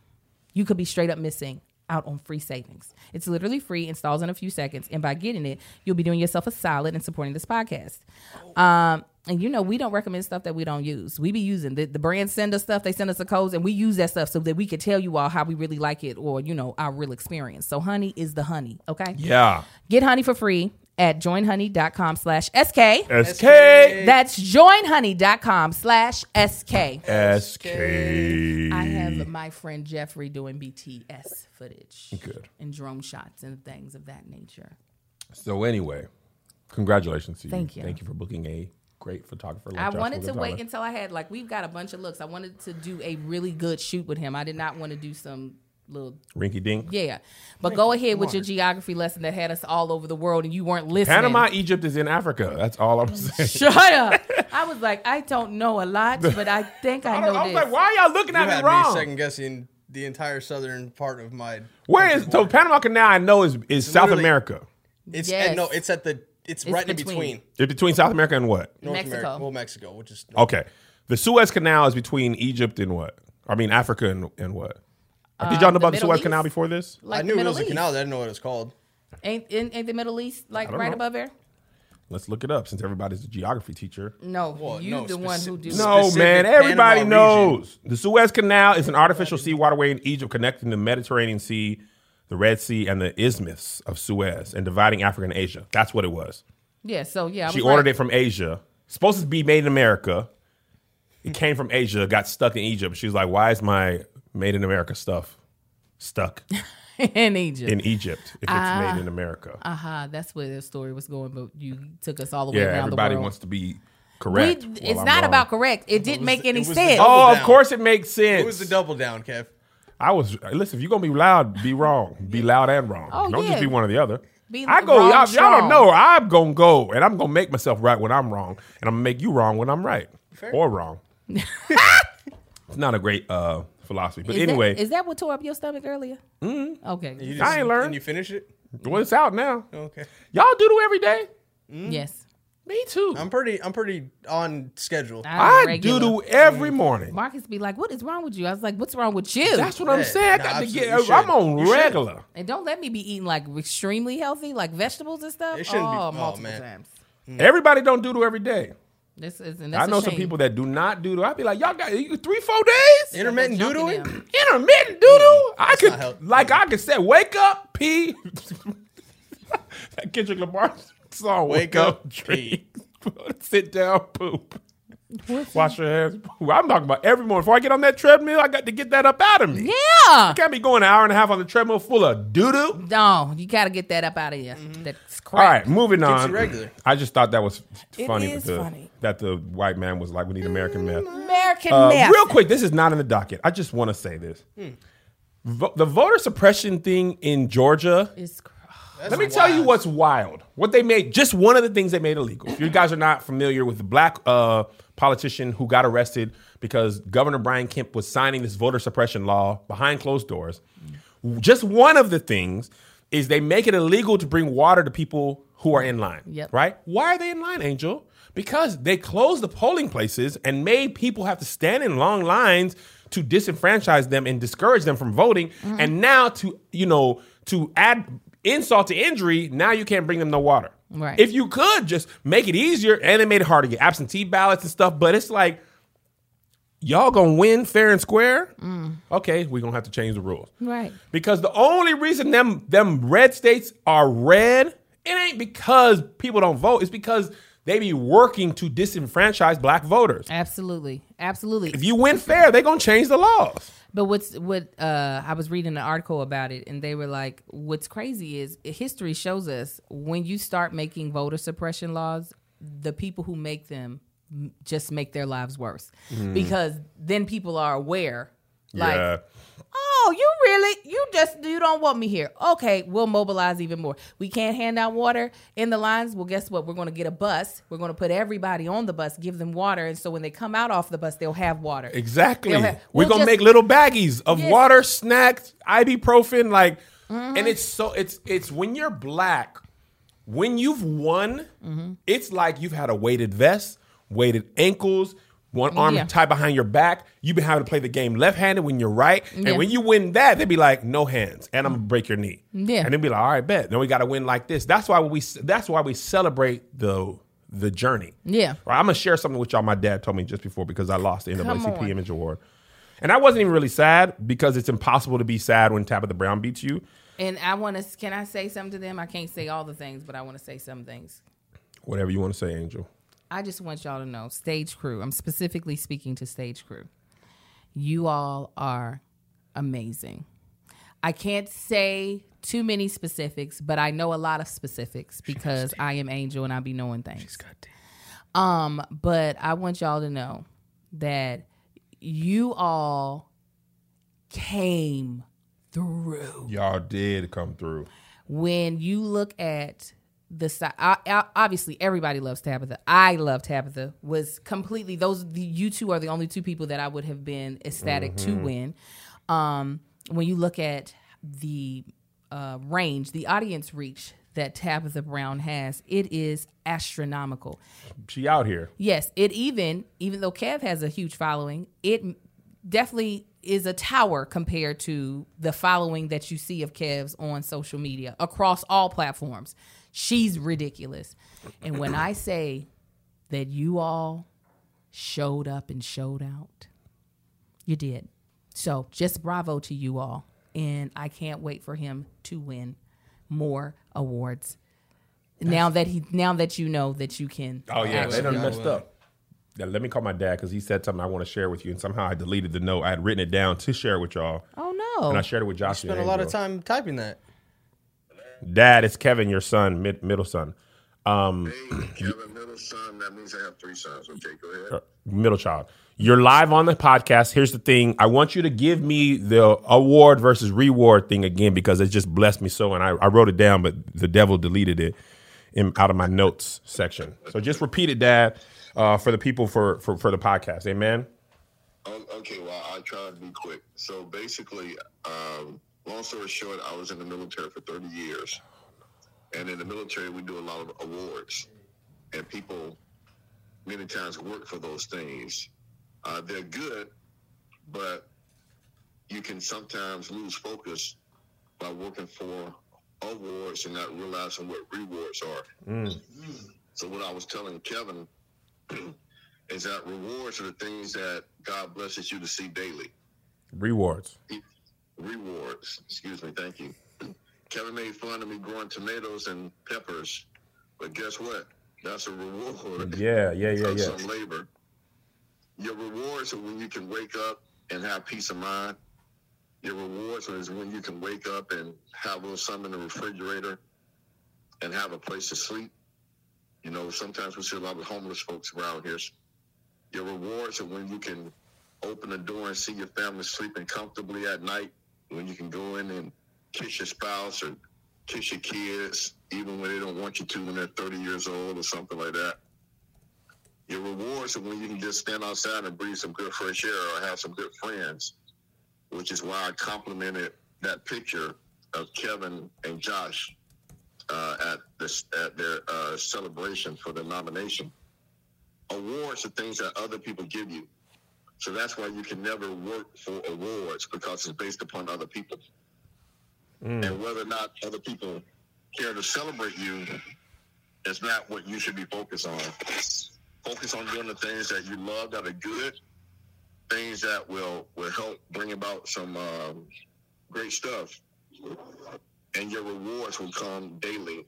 B: you could be straight up missing out on free savings. It's literally free, installs in a few seconds, and by getting it, you'll be doing yourself a solid and supporting this podcast. Um, and you know, we don't recommend stuff that we don't use. We be using the, the brands send us stuff, they send us the codes, and we use that stuff so that we could tell you all how we really like it or, you know, our real experience. So honey is the honey, okay?
A: Yeah.
B: Get honey for free at joinhoney.com slash SK.
A: SK.
B: That's joinhoney.com slash SK.
A: SK.
B: I have my friend Jeffrey doing BTS footage
A: Good.
B: and drone shots and things of that nature.
A: So anyway, congratulations to you.
B: Thank you.
A: Thank you for booking a great photographer. Like
B: I
A: Joshua
B: wanted to
A: Gonzalez.
B: wait until I had like we've got a bunch of looks. I wanted to do a really good shoot with him. I did not want to do some little
A: Rinky Dink.
B: yeah. But go ahead with your geography lesson that had us all over the world and you weren't listening.
A: Panama, Egypt is in Africa. That's all I'm saying.
B: Shut up. I was like, I don't know a lot, but I think I,
A: I,
B: know
A: don't, I was
B: this.
A: like, why are y'all looking
C: You
A: at
C: had
A: me wrong?
C: me second guessing the entire southern part of my.
A: Where is so Panama Canal? I know is is South
C: literally-
A: America.
C: It's
B: Yes.
C: no, it's at the. It's,
B: It's
C: right
B: between.
C: in between
A: It's between South America and what?
C: North
B: Mexico.
C: America, well, Mexico, which is
A: Okay, the Suez Canal is between Egypt and what? I mean Africa and, and what? Did y'all know
B: Uh, the
A: about the,
B: Middle
A: Suez
B: East?
A: Canal before this?
B: Like
C: I knew
B: the
C: it
B: Middle
C: was a
B: East.
C: canal. I didn't know what it was called.
B: Ain't, ain't ain't the Middle East like
A: don't
B: right
A: know.
B: above there?
A: Let's look it up since everybody's a geography teacher.
B: No,
C: Well,
B: you
C: no,
B: the one who
C: speci-
B: do.
C: no.
A: No,
C: Specific
A: man, everybody
C: Panama
A: knows. The Suez Canal is an artificial sea waterway in Egypt connecting the Mediterranean Sea, the Red Sea, and the Isthmus of Suez and dividing Africa and Asia. That's what it was.
B: Yeah, so yeah, I
A: She
B: was right.
A: ordered it from Asia. Supposed to be made in America. It came from Asia, got stuck in Egypt. She was like, Why is my made in America stuff stuck
B: in Egypt.
A: in Egypt if it's
B: Ah,
A: made in America?
B: Aha, that's where the story was going, but you took us all the way
A: yeah,
B: around
A: everybody
B: the world.
A: wants to be
B: We-
A: correct.
B: it's
A: Well, I'm
B: not
A: wrong.
B: about correct. It didn't make any
C: it was the
B: sense.
C: double-
A: Oh, of
C: down.
A: course it makes sense.
C: It was the double down, Kev.
A: I was listen. If you're gonna be loud, be wrong. Be loud and wrong.
B: Oh,
A: don't
B: yeah.
A: just be one or the other.
B: Be
A: I go.
B: wrong,
A: y'all, y'all don't
B: strong.
A: know. I'm gonna go, and I'm gonna make myself right when I'm wrong, and I'm gonna make you wrong when I'm right or wrong. it's not a great uh, philosophy, but
B: Is that-
A: anyway,
B: is that what tore up your stomach earlier? Mm-hmm. Okay.
C: You
A: I ain't learned.
C: And you finish it?
A: well, it's out now.
C: Okay.
A: Y'all doodle every day.
B: Yes.
A: Me too.
C: I'm pretty. I'm pretty on schedule.
B: I'm
A: I
B: regular.
A: doodle every morning.
B: Marcus be like, "What is wrong with you?" I was like, "What's wrong with you?"
A: That's what I'm
C: Yeah,
A: saying. I
C: no,
A: got to
C: absolutely,
A: get.
C: you should.
A: I'm on
C: You should.
A: regular.
B: and don't let me be eating like extremely healthy, like vegetables and stuff.
C: It shouldn't be-
B: oh,
C: oh,
B: multiple
C: man.
B: times.
C: Mm.
A: Everybody don't doodle every day.
B: This is. And that's
A: I know
B: a
A: some
B: shame.
A: people that do not doodle. I'd be like, y'all got you- three, four days.
C: Intermittent
B: They're junking
C: doodling?
B: them.
A: intermittent doodle. I
C: Mm, not help-
A: could like I could say, wake up, pee. that Kendrick Lamar song, wake,
C: Wake
A: up,
C: up,
A: drink, sit down, poop. Wash your hands. Poop. I'm talking about every morning before I get on that treadmill. I got to get that up out of me.
B: Yeah.
A: I can't be going an hour and a half on the treadmill full of doo doo.
B: No, you got to get that up out of you.
A: Mm-hmm.
B: That's
A: All
B: crap.
A: right, moving on.
C: regular.
A: I just thought that was
B: It
A: funny,
B: is
A: that the-
B: funny. Mm-hmm.
A: that the white man was like, "We need American meth."
B: American
A: Uh,
B: mess.
A: real quick, this is not in the docket. I just want to say this. Vo- the voter suppression thing in Georgia.
B: It's cr-
C: That's
A: Let me
C: wild.
A: tell you what's wild. What they made, just one of the things they made illegal. If you guys are not familiar with the black uh, politician who got arrested because Governor Brian Kemp was signing this voter suppression law behind closed doors, just one of the things is they make it illegal to bring water to people who are in line.
B: Yep.
A: Right? Why are they in line, Angel? Because they closed the polling places and made people have to stand in long lines to disenfranchise them and discourage them from voting. And now to, you know, to add insult to injury, now you can't bring them no water.
B: Right.
A: If you could just make it easier, and it made it hard to get absentee ballots and stuff, but it's like, y'all gonna win fair and square? Okay, we're gonna have to change the rules.
B: right.
A: Because the only reason them them red states are red, it ain't because people don't vote. It's because they be working to disenfranchise black voters.
B: Absolutely. Absolutely.
A: If you win fair, they gonna change the laws.
B: But what's what uh I was reading an article about it and they were like what's crazy is history shows us when you start making voter suppression laws the people who make them m- just make their lives worse
A: Mm.
B: because then people are aware like oh you really you just you don't want me here okay we'll mobilize even more we can't hand out water in the lines well guess what we're going to get a bus we're going to put everybody on the bus give them water and so when they come out off the bus they'll have water
A: Exactly.
B: They'll have-
A: We're
B: we'll
A: gonna
B: just-
A: make little baggies of
B: Yes. Mm-hmm.
A: water, snacks, ibuprofen, like and it's so it's it's when you're black, when you've won,
B: Mm-hmm.
A: it's like you've had a weighted vest, weighted ankles, one arm
B: Yeah.
A: tied behind your back. You've been having to play the game left handed when you're right.
B: Yeah. Mm.
A: And when you win that, they'd be like, no hands, and I'm gonna break your knee.
B: Yeah.
A: And they'd be like, all right, bet. Then we gotta win like this. That's why we that's why we celebrate the the journey.
B: Yeah.
A: Right, I'm gonna share something with y'all. My dad told me just before because I lost the NAACP
B: on.
A: Image Award, and I wasn't even really sad because it's impossible to be sad when Tabitha Brown beats you.
B: And I want to. Can I say something to them? I can't say all the things, but I want to say some things.
A: Whatever you want to say, Angel.
B: I just want y'all to know, stage crew. I'm specifically speaking to stage crew. You all are amazing. I can't say too many specifics, but I know a lot of specifics because I am Angel and I be knowing things. Um, but I want y'all to know that you all came through.
A: Y'all did come through.
B: when you look at the side, obviously everybody loves Tabitha. I love Tabitha. Was completely those. the- You two are the only two people that I would have been ecstatic to win. um, when you look at the uh, range, the audience reach that Tabitha Brown has, it is astronomical.
A: She out here.
B: Yes, it even even though Kev has a huge following, it m- definitely is a tower compared to the following that you see of Kev's on social media across all platforms. She's ridiculous. And when I say that you all showed up and showed out, you did. So just bravo to you all. And I can't wait for him to win more awards. Now that he now that you know that you can
A: Oh yeah, they done
C: Actually,
A: messed up. Now, let me call my dad because he said something I want to share with you, and somehow I deleted the note. I had written it down to share with y'all,
B: Oh no.
A: and I shared it with Josh.
C: Spent a lot of time typing that.
A: Dad, it's Kevin, your son, mid- middle son, um,
D: Hey, Kevin, middle son. That means I have three sons. Okay, go ahead.
A: middle child. You're live on the podcast. Here's the thing: I want you to give me the award versus reward thing again because it just blessed me so, and I, I wrote it down, but the devil deleted it in, out of my notes section. So just repeat it, Dad, uh, for the people for, for for the podcast. Amen.
D: Um, okay, well, I'll try and be quick. So basically, um, long story short, I was in the military for 30 years. And in the military, we do a lot of awards. And people many times work for those things. Uh, they're good, but you can sometimes lose focus by working for awards and not realizing what rewards are. So, what I was telling Kevin is that rewards are the things that God blesses you to see daily.
A: Rewards.
D: Rewards, excuse me, thank you. Kevin made fun of me growing tomatoes and peppers, but guess what? That's a reward
A: Yeah, yeah, yeah,
D: of
A: yeah.
D: some labor. Your rewards are when you can wake up and have peace of mind. Your rewards is when you can wake up and have a little something in the refrigerator and have a place to sleep. You know, sometimes we see a lot of homeless folks around here. Your rewards are when you can open the door and see your family sleeping comfortably at night, when you can go in and kiss your spouse or kiss your kids, even when they don't want you to when they're 30 years old or something like that. Your rewards are when you can just stand outside and breathe some good fresh air or have some good friends, which is why I complimented that picture of Kevin and Josh uh, at this at their uh, celebration for the nomination. Awards are things that other people give you, so that's why you can never work for awards because it's based upon other people, and whether or not other people care to celebrate you is not what you should be focused on. Focus on doing the things that you love that are good, things that will will help bring about some um, great stuff, and your rewards will come daily.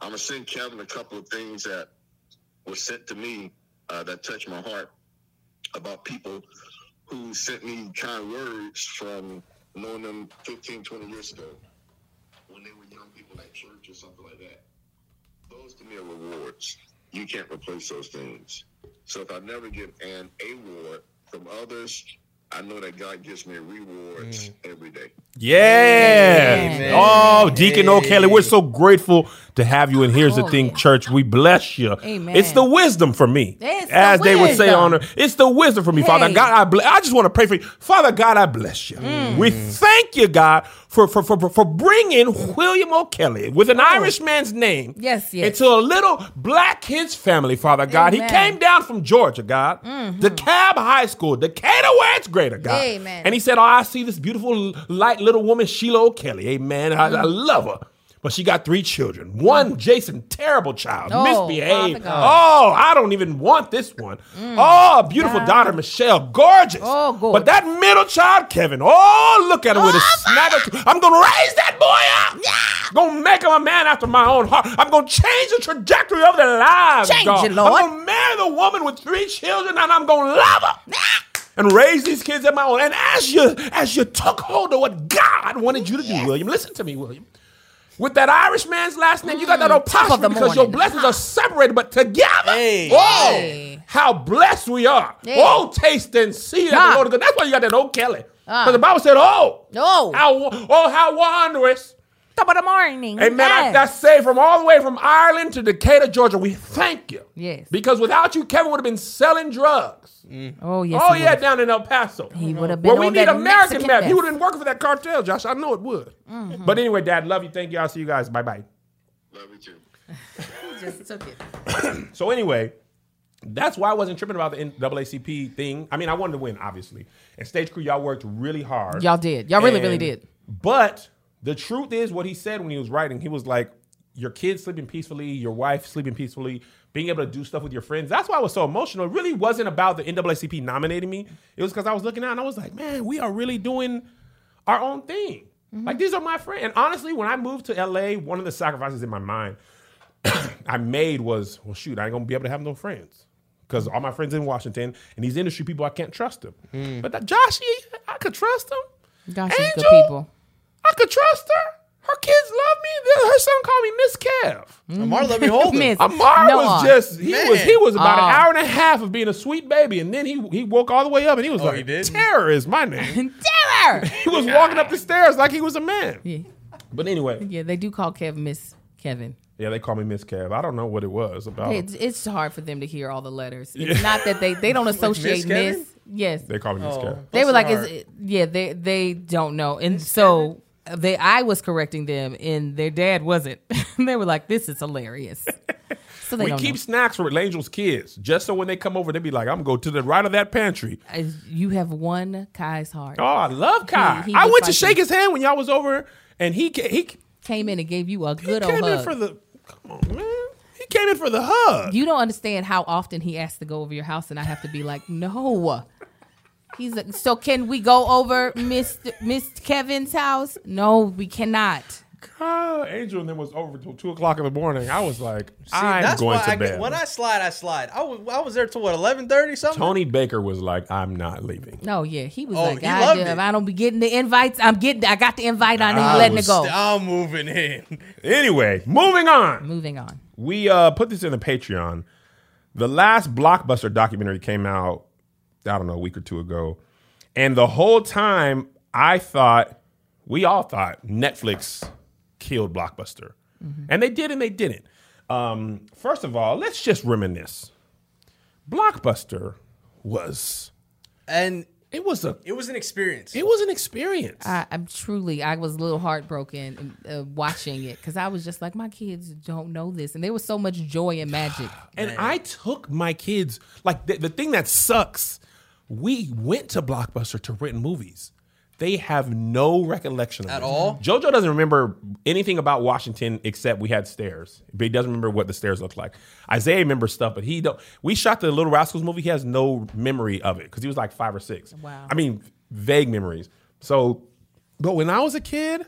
D: I'm gonna send Kevin a couple of things that were sent to me uh, that touched my heart about people who sent me kind words from knowing them 15, 20 years ago when they were young people at church or something like that those to me are rewards. You can't replace those things. So if I never get an award from others, I know that God gives me rewards every day.
A: Yeah.
B: Amen.
A: Oh, Deacon O'Kelly, we're so grateful to have you. And here's the thing,
B: Glory.
A: church, we bless you.
B: Amen.
A: It's the wisdom for me.
B: It's the
A: As they would say
B: wisdom.
A: on the- it's the wisdom for me, Father
B: Hey.
A: God. I bless I just want to pray for you. Father God, I bless you.
B: Mm.
A: We thank you, God, for for for, for bringing William O'Kelly with an Irish man's name
B: Oh. Yes, yes.
A: into a little black kid's family, Father God.
B: Amen. Mm-hmm.
A: He came down from Georgia, God. The Cab High School, Decatur where it's greater, God.
B: Amen.
A: And he said, Oh, I see this beautiful, light little woman, Sheila O'Kelly. Amen. I, I
B: Mm-hmm.
A: love her. But she got three children. One, Jason, terrible child,
B: Oh,
A: misbehaved.
B: Father Mm.
A: Oh, I don't even want this one. Oh, beautiful daughter, Michelle, gorgeous.
B: Oh,
A: But that middle child, Kevin, oh, look at her with a snap. of- I'm going to raise that boy up. Gonna make him a man after my own heart. I'm gonna change the trajectory of their lives.
B: Change
A: God.
B: it, Lord.
A: I'm gonna marry the woman with three children, and I'm gonna love her
B: Ah.
A: and raise these kids at my own. And as you as you took hold of what God wanted you to do, William, listen to me, William. With that Irish man's last name, you got that
B: Mm, of the
A: opacity because your
B: morning.
A: blessings are separated but together.
C: Hey.
A: Whoa!
B: Hey.
A: How blessed we are!
B: Yeah.
A: Oh, taste and see that
B: Huh.
A: the Lord is good. That's why you got that old Kelly, because
B: Ah.
A: the Bible said, "Oh,
B: Oh.
A: how oh how wondrous
B: top of the morning.
A: Hey man, I
B: Yes.
A: got saved from all the way from Ireland to Decatur, Georgia. We thank you.
B: Yes.
A: Because without you, Kevin would have been selling drugs.
B: oh yes.
A: oh
B: he
A: yeah,
B: would've-
A: down in El Paso.
B: he would have been.
A: Well, we
B: on
A: need
B: that
A: American
B: Mexican Mm-hmm.
A: map. He
B: fest.
A: would have been working for that cartel, Josh. I know it would. But anyway, Dad, love you. Thank you. I'll see you guys. Bye bye.
D: Love you too.
B: just took it.
A: So anyway, that's why I wasn't tripping about the NAACP thing. I mean, I wanted to win, obviously. And stage crew, y'all worked really hard.
B: Y'all did. Y'all really, really
A: And-
B: did.
A: But the truth is, what he said when he was writing, he was like, "Your kids sleeping peacefully, your wife sleeping peacefully, being able to do stuff with your friends." That's why I was so emotional. It really wasn't about the NAACP nominating me. It was because I was looking out and I was like, "Man, we are really doing our own thing."
B: Mm-hmm.
A: Like these are my friends. And honestly, when I moved to LA, one of the sacrifices in my mind I made was, well, shoot, I ain't gonna be able to have no friends because all my friends in Washington and these industry people, I can't trust them.
B: Mm.
A: But that Josh, I could trust them.
B: Gosh,
A: Angel,
B: she's good people.
A: I could trust her. Her kids love me. Her son called me Miss Kev.
C: Amar let me hold him.
B: Mm. Miss.
A: Amar
B: No,
A: was
B: uh,
A: just he
C: Man.
A: was he was about
B: Oh.
A: an hour and a half of being a sweet baby, and then he he woke all the way up and he
B: Oh,
A: was like,
C: he did?
A: "Terror is my name."
B: terror.
A: he was walking up the stairs like he was a man.
B: yeah.
A: But anyway,
B: yeah, they do call Kevin Miss Kevin.
A: yeah, they call me Miss Kev. I don't know what it was about.
B: It's, it's hard for them to hear all the letters. It's not that they they don't associate
C: Kevin?
B: Miss. Yes,
A: they call me
C: Oh,
A: Miss Kev.
B: they were
C: Bless
B: like,
C: her
B: is
C: heart.
B: it, yeah, they they don't know, and so they I was correcting them, and their dad wasn't. they were like, this is hilarious. So they
A: We
B: don't
A: keep
B: know.
A: snacks for Angel's kids, just so when they come over, they be like, "I'm gonna go to the right of that pantry."
B: Uh, You have won Kai's heart.
A: Oh, I love Kai.
B: he
A: I
B: was
A: went to
B: like
A: shake his hand when y'all was over, and he ca- he,
B: Came in and gave you a
A: he
B: good old
A: came in
B: hug.
A: for the come on, man. He came in for the hug.
B: you don't understand how often he asks to go over your house, and I have to be like, no. He's like, so can we go over Miss Miss Kevin's house? No, we cannot.
A: God, Angel and then was over till two o'clock in the morning. I was like,
C: See,
A: I'm
C: that's
A: going
C: why
A: to
C: I get-
A: bed.
C: when I slide, I slide. I was, I was there till what eleven thirty something.
A: Tony Baker was like, I'm not leaving.
B: No, yeah, he was
C: Oh,
B: like,
C: he
B: God
C: loved
B: damn,
C: it.
B: I don't be getting the invites. I'm getting, I got the invite on, and he letting it
C: was-
B: go.
C: I'm moving in.
A: Anyway, moving on.
B: Moving on.
A: We uh, put this in the Patreon. The last blockbuster documentary came out, I don't know, a week or two ago. And the whole time I thought, we all thought Netflix killed Blockbuster. And they did and they didn't. Um, first of all, let's just reminisce. Blockbuster was
C: And
A: it was a
C: it was an experience.
A: It was an experience.
B: I, I'm truly, I was a little heartbroken uh, watching it because I was just like, my kids don't know this, and there was so much joy and magic.
A: and I took my kids, like the, the thing that sucks, we went to Blockbuster to rent movies. They have no recollection of
C: At
A: it.
C: all?
A: JoJo doesn't remember anything about Washington except we had stairs, but he doesn't remember what the stairs looked like. Isaiah remembers stuff, but he don't. We shot the Little Rascals movie. He has no memory of it because he was like five or six.
B: Wow.
A: I mean, vague memories. So, but when I was a kid,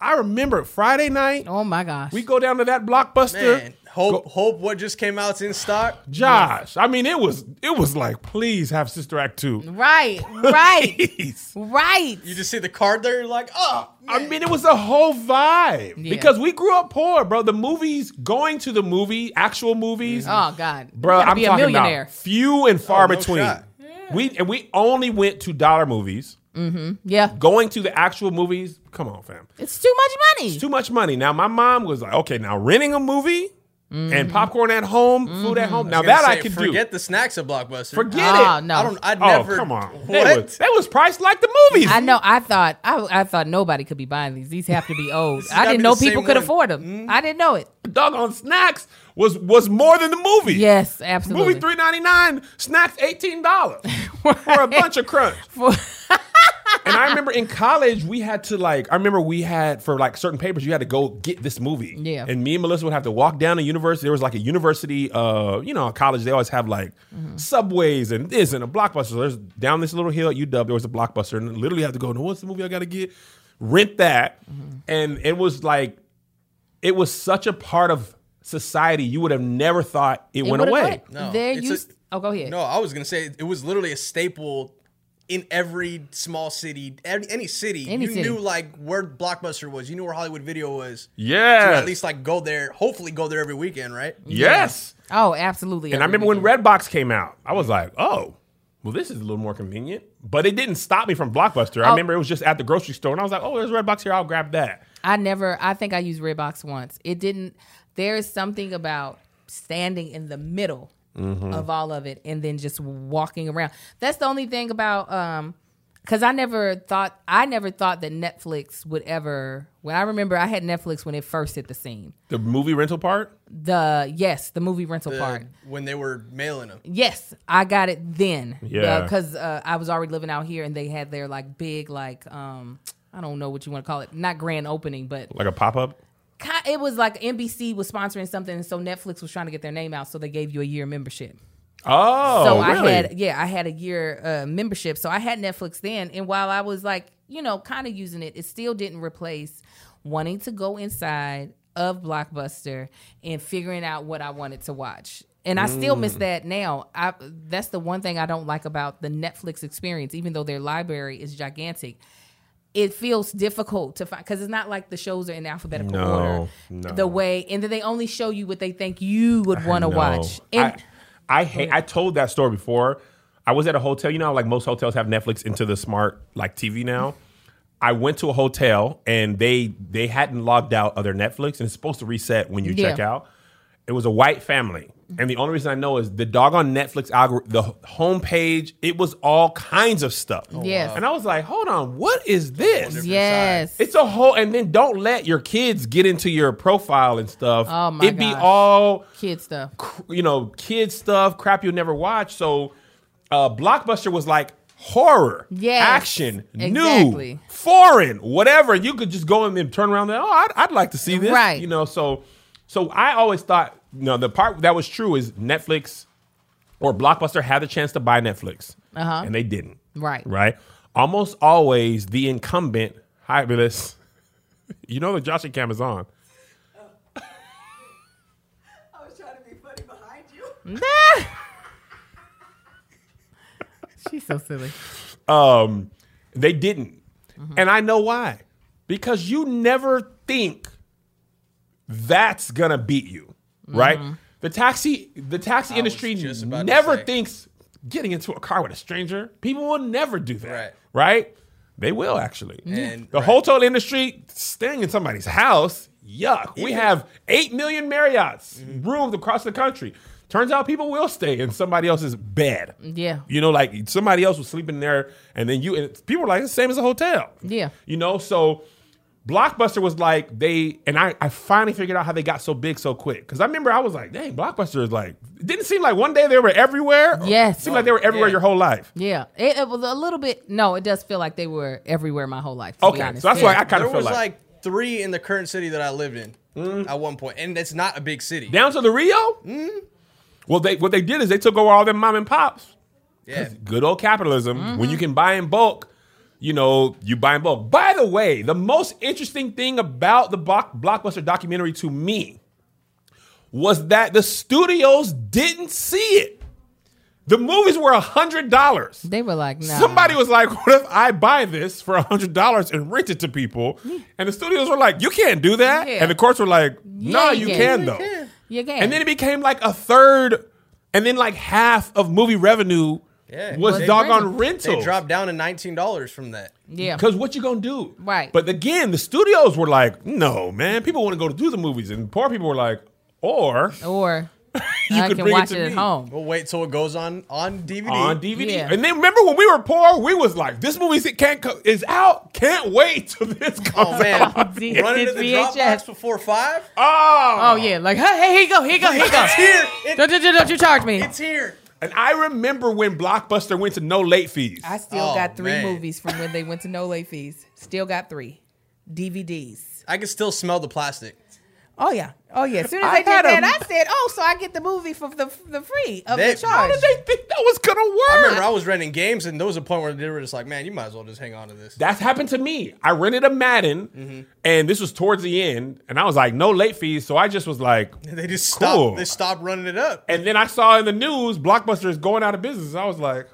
A: I remember Friday night.
B: Oh my gosh!
A: We go down to that blockbuster.
C: Man, hope hope what just came out's in stock.
A: Josh. I mean, it was it was like, please have Sister Act two.
B: right, right,
A: Please.
B: right.
C: You just see the card there. You're like, oh,
A: I mean, it was a whole vibe
B: Yeah.
A: because we grew up poor, bro. The movies, going to the movie, actual movies,
B: Oh God, You
A: bro.
B: gotta
A: I'm
B: be a
A: talking
B: millionaire.
A: about few and far
C: Oh, no
A: between.
C: shot.
A: We and we only went to dollar movies.
B: Yeah,
A: Going to the actual movies, come on, fam.
B: it's too much money.
A: Too much money. Now my mom was like, okay, now renting a movie
B: Mm-hmm.
A: and popcorn at home, food at home. Now
C: was gonna
A: that I
C: say,
A: could
C: forget
A: do.
C: the snacks at Blockbuster.
A: Forget
B: Oh,
A: it.
B: no.
C: I don't. I
A: Oh,
C: never.
A: come on. That
C: What?
A: was, that was priced like the movies.
B: I know. I thought. I, I thought nobody could be buying these. These have to be old.
C: has
B: I
C: gotta
B: didn't
C: be
B: know
C: the
B: people
C: same
B: could
C: one.
B: afford them.
A: Mm-hmm.
B: I didn't know it.
A: doggone snacks was was more than the movie.
B: Yes, absolutely.
A: Movie three ninety nine, snacks eighteen dollars for a bunch of crunch. and I remember in college we had to like I remember we had for like certain papers you had to go get this movie.
B: Yeah.
A: And me and Melissa would have to walk down to university. There was like a university, uh, you know, a college. They always have like
B: Mm-hmm.
A: subways and this and a blockbuster. So there's down this little hill at UW. There was a blockbuster, and literally had to go. No, what's the movie I got to get? Rent that,
B: Mm-hmm.
A: and it was like it was such a part of society you would have never thought it,
B: It
A: went
B: would've
A: away.
B: went-
C: No,
B: There
C: it's
B: you.
C: a-
B: s- oh, go ahead.
C: No, I was gonna say it was literally a staple in every small city, any, any city.
B: Any
C: you
B: city.
C: knew like where Blockbuster was. You knew where Hollywood Video was.
A: Yes.
C: To at least like go there. Hopefully go there every weekend, right?
A: Yes.
B: Oh, absolutely.
A: And I remember when Redbox came out, I was like, oh, well, this is a little more convenient. But it didn't stop me from Blockbuster. I
B: Oh.
A: remember it was just at the grocery store, and I was like, oh, there's Redbox here. I'll grab that.
B: I never. I think I used Redbox once. It didn't. There is something about standing in the middle of all of it and then just walking around. That's the only thing about. um Cause I never thought I never thought that Netflix would ever. When I remember, I had Netflix when it first hit the scene.
A: The movie rental part?
B: The yes, the movie rental
C: The-
B: part.
C: when they were mailing them.
B: Yes, I got it then.
A: Yeah.
B: because uh, I was already living out here, and they had their like big like um I don't know what you want to call it, not grand opening, but
A: Like a pop up?
B: ki- it was like NBC was sponsoring something, and so Netflix was trying to get their name out, so they gave you a year membership.
A: Oh,
B: so
A: really?
B: I had yeah, I had a year uh, membership, so I had Netflix then, and while I was like you know kind of using it, it still didn't replace wanting to go inside of Blockbuster and figuring out what I wanted to watch. And I still miss
A: Mm.
B: that now. I that's the one thing I don't like about the Netflix experience, even though their library is gigantic. It feels difficult to find because it's not like the shows are in alphabetical
A: No,
B: order
A: no.
B: the way, and then they only show you what they think you would want to
A: No.
B: watch. And
A: I, I hate. I told that story before. I was at a hotel. You know, how, like most hotels have Netflix into the smart like TV now. I went to a hotel and they they hadn't logged out of their Netflix and it's supposed to reset when you check
B: Yeah.
A: out. It was a white family. And the only reason I know is the dog on Netflix algorithm, the homepage, it was all kinds of stuff.
B: Yes.
A: And I was like, hold on, what is this?
B: yes,
A: It's a whole, and then don't let your kids get into your profile and stuff.
B: Oh, my
A: It'd be
B: gosh.
A: all
B: kid stuff.
A: cr- you know, kid stuff, crap you'll never watch. So uh Blockbuster was like horror,
B: Yes,
A: action,
B: exactly.
A: new, foreign, whatever. You could just go in and turn around and oh, I'd, I'd like to see this.
B: Right.
A: You know, so so I always thought, you know, the part that was true is Netflix or Blockbuster had the chance to buy Netflix.
B: Uh-huh.
A: And they didn't.
B: Right.
A: Right. Almost always the incumbent, hi, Willis. You know the Joshing cam is on.
E: I was trying to be funny behind you.
B: She's so silly.
A: Um, they didn't. And I know why. Because you never think that's gonna beat you, right? The taxi the taxi industry
C: Mm-hmm. just about to
A: never
C: say.
A: thinks getting into a car with a stranger. People will never do that.
C: Right.
A: Right? They will actually.
C: And-
A: the
C: right.
A: hotel industry staying in somebody's house, yuck. We have eight million Marriotts
C: Mm-hmm.
A: rooms across the country. Turns out people will stay in somebody else's bed.
B: Yeah.
A: You know, like somebody else was sleeping there, and then you and people were like, it's the same as a hotel.
B: Yeah.
A: You know, so Blockbuster was like they and I I finally figured out how they got so big so quick. Cause I remember I was like, dang, Blockbuster is like it didn't seem like one day they were everywhere. Or
B: Yes.
A: Seemed like they were everywhere
C: Yeah.
A: your whole life.
B: Yeah, it, it was a little bit. No, it does feel like they were everywhere my whole life. To
A: Okay.
B: be honest.
A: So that's
B: yeah.
A: why I kind
C: There
A: of feel
C: was
A: like, Mm.
C: like, three in the current city that I lived in at one point, and it's not a big city.
A: down to the Rio?
B: Mm-hmm.
A: Well, they what they did is they took over all them mom and pops.
C: Yeah.
A: good old capitalism.
B: Mm-hmm.
A: When you can buy in bulk, you know, you buy in bulk. By the way, the most interesting thing about the block, Blockbuster documentary to me was that the studios didn't see it. The movies were $100.
B: they were like, nah.
A: Somebody was like, "What if I buy this for hundred dollars and rent it to people?" And the studios were like, "You can't do that,"
B: Yeah.
A: and the courts were like, "No,
B: Yeah,
A: you
B: you
A: can,
B: can.
A: though."
B: you can.
A: And then it became like a third, and then like half of movie revenue
C: Yeah.
A: was
C: Was
A: doggone
C: They
A: rental.
C: dropped down to nineteen dollars from that.
B: yeah,
A: Because what you gonna do?
B: Right.
A: But again, the studios were like, "No, man, people want to go to do the movies," and poor people were like, "Or
B: or
A: You
B: I
A: could
B: can
A: bring it
B: watch
A: to
B: it, at
A: me.
B: home.
C: We'll wait till it goes on on DVD.
A: on DVD."
B: Yeah.
A: And then remember when we were poor, we was like, "This movie can't co- is out. Can't wait till this comes
C: Oh man,
A: out."
B: It's
C: running to the drop
B: VHS.
C: box before five.
A: Ah.
B: Oh yeah, like hey, hey, here you go, here you go,
A: Oh,
B: here you go.
C: It's here. It-
B: Don't, don't, don't you charge me?
C: it's here.
A: And I remember when Blockbuster went to no late fees.
B: I still
C: Oh,
B: got three
C: man.
B: movies from when they went to no late fees. Still got three DVDs.
C: I can still smell the plastic.
B: Oh yeah, oh yeah. As soon as
A: I
B: I,
A: had
B: did
A: a-
B: that, I said, oh, so I get the movie for the the free of the
C: They- How
B: charge.
A: How did they think that was gonna work?
C: I remember I was renting games, and there was a point where they were just like, "Man, you might as well just hang on to this."
A: That's happened to me. I rented a Madden, and this was towards the end, and I was like, no late fees. So I just was like,
C: They just stopped.
A: Cool.
C: They stopped running it up.
A: and then I saw in the news Blockbuster is going out of business. I was like,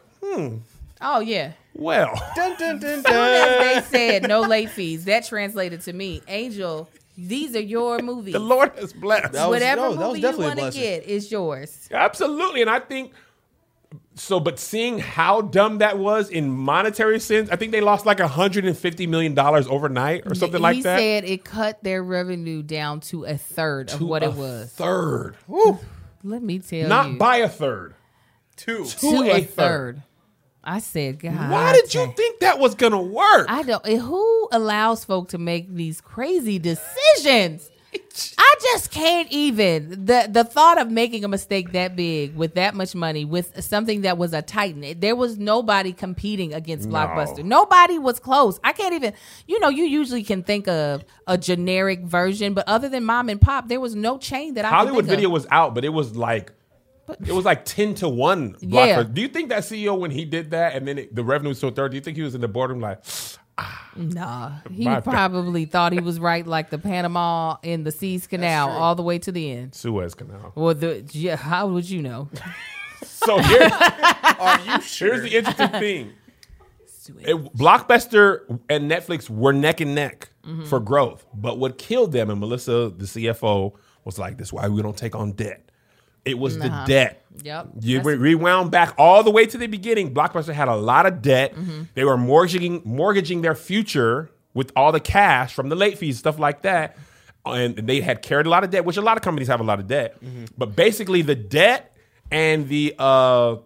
B: oh yeah.
A: well,
C: Dun, dun, dun,
B: soon
C: dun.
B: as they said no late fees, that translated to me, Angel, these are your movies.
A: the Lord has blessed.
C: was-
B: Whatever
C: no, that was
B: movie you
C: definitely a
B: want to
C: blessing.
B: get is yours.
A: Absolutely, and I think So, but seeing how dumb that was in monetary sense, I think they lost like 150 million dollars overnight or something like
B: he
A: that.
B: said it cut their revenue down to a third of
A: To
B: what
A: a
B: it was.
A: third,
B: Let me tell
A: not
B: you.
A: by a third.
C: Two.
B: to
A: to
B: a
A: a
B: third. Ah, I said, God.
A: Why did you think that was gonna work?
B: I don't. eh, Who allows folk to make these crazy decisions? I just can't even. the The thought of making a mistake that big with that much money with something that was a titan. It- There was nobody competing against Blockbuster. Nobody was close. I can't even. You know, you usually can think of a generic version, but other than mom and pop, there was no chain that I could
A: Hollywood
B: think of.
A: Video was out, but it was like it was like ten to one. Blockbuster.
B: Yeah.
A: Do you think that CEO when he did that and then it, the revenue was so third? Do you think he was in the boardroom like
B: Nah, he
A: My bad.
B: probably thought he was right, like the Panama in the Suez Canal, all the way to the end.
A: Suez Canal?
B: Well, the yeah, how would you know?
A: So here's,
C: Are you sure?
A: here's the interesting thing. It- Blockbuster and Netflix were neck and neck
B: Mm-hmm.
A: for growth, but what killed them and Melissa, the CFO, was like, "That's why we don't take on debt." It was the debt.
B: Yep.
A: You
B: That's-
A: re- rewound back all the way to the beginning. Blockbuster had a lot of debt.
B: Mm-hmm.
A: They were mortgaging mortgaging their future with all the cash from the late fees, stuff like that. And they had carried a lot of debt, which a lot of companies have a lot of debt.
B: Mm-hmm.
A: But basically, the debt and the uh,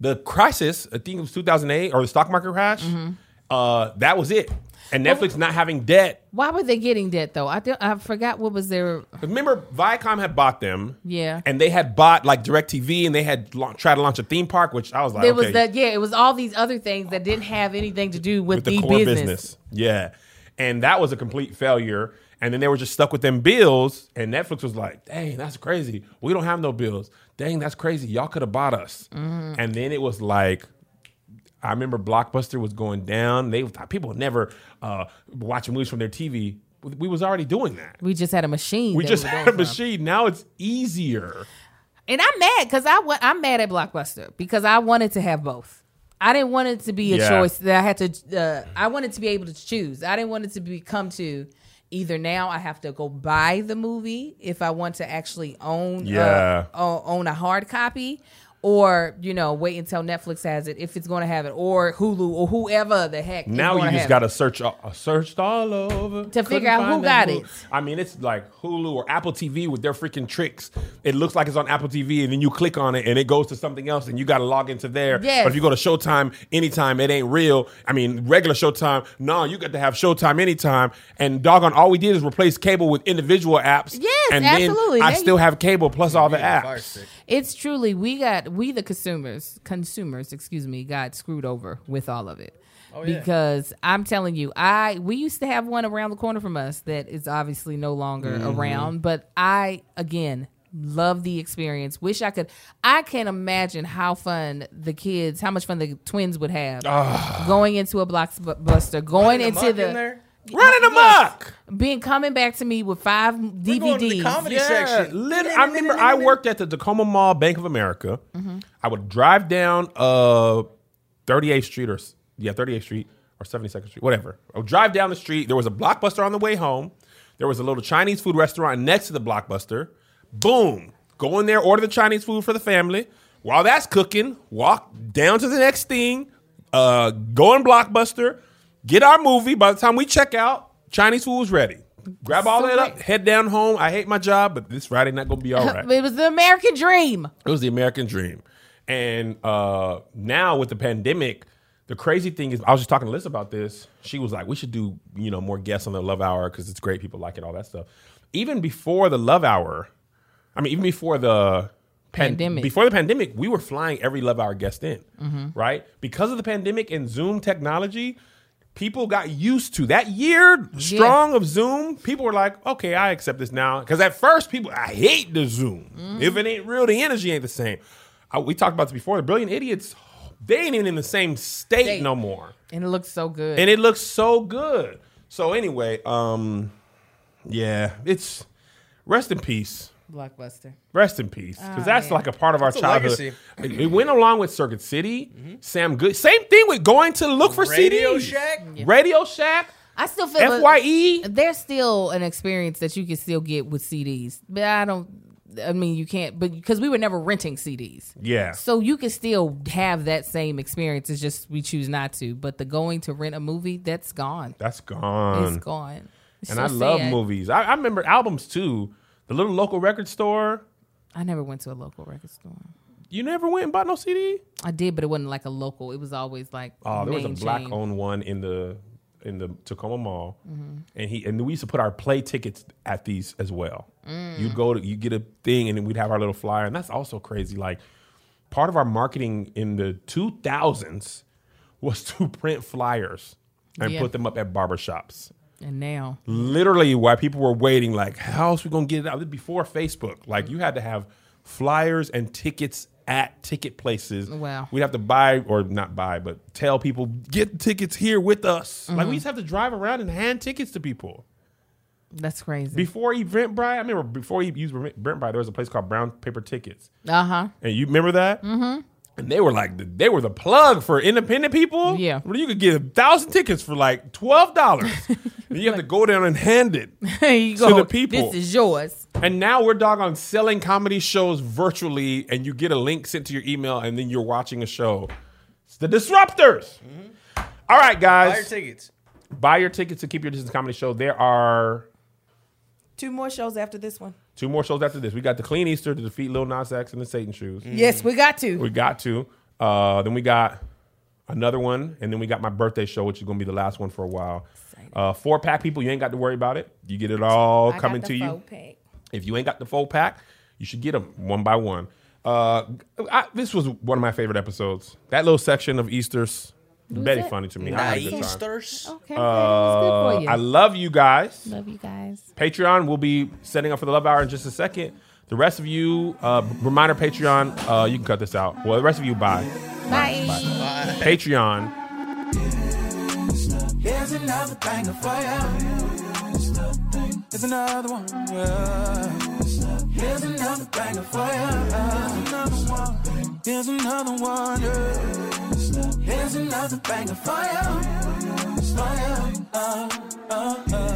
A: the crisis, I think it was 2008 or the stock market crash.
B: Mm-hmm.
A: Uh, that was it. And Netflix not having debt.
B: Why were they getting that though? I do, I forgot what was their.
A: Ah, Remember, Viacom had bought them.
B: Yeah.
A: And they had bought like DirecTV and they had la- tried to launch a theme park, which I was like,
B: It
A: okay,
B: was that yeah. It was all these other things that didn't have anything to do with,
A: with the,
B: the,
A: core
B: E business.
A: business. Yeah. And that was a complete failure. And then they were just stuck with them bills. And Netflix was like, dang, that's crazy. We don't have no bills. Dang, that's crazy. Y'all could have bought us.
B: Mm-hmm.
A: And then it was like, I remember Blockbuster was going down. They people would never uh, watch movies from their TV. We was already doing that.
B: We just had a machine.
A: We
B: that
A: just
B: was
A: had a
B: doing something.
A: machine. Now it's easier.
B: And I'm mad because I wa- I'm mad at Blockbuster because I wanted to have both. I didn't want it to be a
A: Yeah.
B: choice that I had to. Uh, I wanted to be able to choose. I didn't want it to be come to either. Now I have to go buy the movie if I want to actually own. uh,
A: Yeah.
B: o- own a hard copy. Or you know, wait until Netflix has it if it's going to have it, or Hulu or whoever the heck. is
A: Now
B: gonna
A: you
B: have
A: just
B: it.
A: got to search, uh, searched all over
B: To
A: Couldn't
B: figure out who
A: find that
B: got
A: Hulu.
B: it.
A: I mean, it's like Hulu or Apple TV with their freaking tricks. It looks like it's on Apple TV, and then you click on it, and it goes to something else, and you got to log into there.
B: Yes.
A: But if you go to Showtime anytime, it ain't real. I mean, regular Showtime. No, you got to have Showtime anytime. And doggone, all we did is replace cable with individual apps.
B: Yes,
A: and
B: absolutely.
A: Then I
B: Now
A: still have cable plus all the
C: Fire
A: apps.
C: stick.
B: It's truly we got we the consumers consumers excuse me got screwed over with all of it.
C: Oh, yeah.
B: Because I'm telling you, I we used to have one around the corner from us that is obviously no longer
C: Mm-hmm.
B: around. But I again love the experience. Wish I could. I can't imagine how fun the kids, how much fun the twins would have
C: Ah.
B: going into a blockbuster, going
C: Running
B: into
C: amok
B: the
C: in there?
A: Running amok.
B: being coming back to me with five DVDs.
C: going to the comedy section.
A: lit- I remember I worked at the Tacoma Mall, Bank of America. I would drive down uh 38th Street or s- yeah, 38th Street or 72nd Street, whatever. I would drive down the street. There was a blockbuster on the way home. There was a little Chinese food restaurant next to the blockbuster. Boom. Go in there, order the Chinese food for the family. While that's cooking, walk down to the next thing, uh, go in Blockbuster, get our movie. By the time we check out, Chinese food was ready. Grab all
B: So
A: that up,
B: great.
A: head down home. I hate my job, but this Friday not gonna be all right.
B: It was the American dream.
A: It was the American dream. And uh, now with the pandemic, the crazy thing is, I was just talking to Liz about this. She was like, "We should do you know more guests on the Love Hour because it's great. People like it, all that stuff." Even before the Love Hour, I mean, even before the pan-
B: Pandemic.
A: before the pandemic, we were flying every Love Hour guest in, right? Because of the pandemic and Zoom technology. People got used to that year strong of Zoom. People were like, "Okay, I accept this now." Because at first, people I hate the Zoom.
C: Mm-hmm.
A: If it ain't real, the energy ain't the same. I, we talked about this before. The brilliant idiots, they ain't even in the same state,
B: State.
A: no more,
B: And it looks so good.
A: and it looks so good. So anyway, um, yeah, it's rest in peace.
B: Blockbuster.
A: Rest in peace, because that's like a part of our
C: Ah, a
A: childhood.
C: legacy. Mm-hmm.
A: It it went along with Circuit City, Sam Good. Same thing with going to look for
C: Radio
A: CDs.
C: Shack? Uh,
A: Radio Shack, E?
B: I still feel
A: Fye.
B: there's still an experience that you can still get with CDs, but I don't. I mean, you can't, but because we were never renting CDs.
A: Yeah.
B: So you can still have that same experience. It's just we choose not to. But the going to rent a movie, that's gone.
A: That's gone.
B: It's gone. It's
A: and
B: so
A: I love
B: sad.
A: movies. I, I remember albums too. The little local record store.
B: I never went to a local record store.
A: You never went and bought no CD.
B: I did, but it wasn't like a local. It was always like
A: Oh, there was a
B: main
A: black
B: chain.
A: owned one in the in the Tacoma Mall, and he and we used to put our play tickets at these as well. You'd go to you get a thing, and then we'd have our little flyer, and that's also crazy. Like part of our marketing in the two thousands was to print flyers and
B: Yeah.
A: put them up at barbershops.
B: And now,
A: Literally, while people were waiting, like how else we gonna get it out? This before Facebook, like you had to have flyers and tickets at ticket places.
B: Wow.
A: We would have to buy or not buy, but tell people get tickets here with us. Like
B: Mm-hmm.
A: we used to have to drive around and hand tickets to people
B: that's crazy.
A: before Eventbrite. I remember before you used Eventbrite, there was a place called Brown Paper Tickets,
B: Uh huh.
A: and you remember that. Mm-hmm. And they were like the, they were the plug for independent people.
B: Yeah.
A: Well, you could get a thousand tickets for like twelve dollars. and you have to go down and hand it.
B: There you
A: To
B: go.
A: the people.
B: This is yours.
A: And now we're doggone selling comedy shows virtually, and you get a link sent to your email, and then you're watching a show. It's the disruptors. Mm-hmm. All right,
C: Buy your
A: guys,
C: tickets.
A: buy your tickets to keep your distance comedy show. There are
B: Two more shows after this one.
A: two more shows after this. We got the Clean Easter to defeat Lil Nas X and the Satan Shoes.
B: Yes, we got to.
A: We got to. Uh, then we got another one, and then we got my birthday show, which is going to be the last one for a while. Uh, four pack people, you ain't got to worry about it. You get it all
B: I
A: coming
B: got
A: to
B: the
A: you.
B: faux pack.
A: If you ain't got the full pack, you should get them one by one. Uh, I, this was one of my favorite episodes. That little section of Easter's very
B: it?
A: funny to me. I
C: Nah,
A: had a good time.
C: Easters.
B: Okay, that was good for you.
A: Uh, I love you guys.
B: Love you guys.
A: Patreon will be setting up for the love hour in just a second. The rest of you, uh, reminder Patreon, uh, you can cut this out. Well, the rest of you, bye.
B: Bye.
A: Patreon.
F: There's another thing of fire. There's another one. yeah. There's another thing of fire. There's another one. yeah. There's another thing of fire. Fire. uh, uh, uh.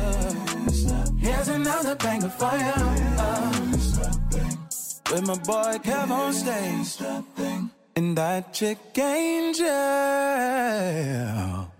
F: There's another thing of fire. uh. With my boy Kev on stage. And that chick Angel.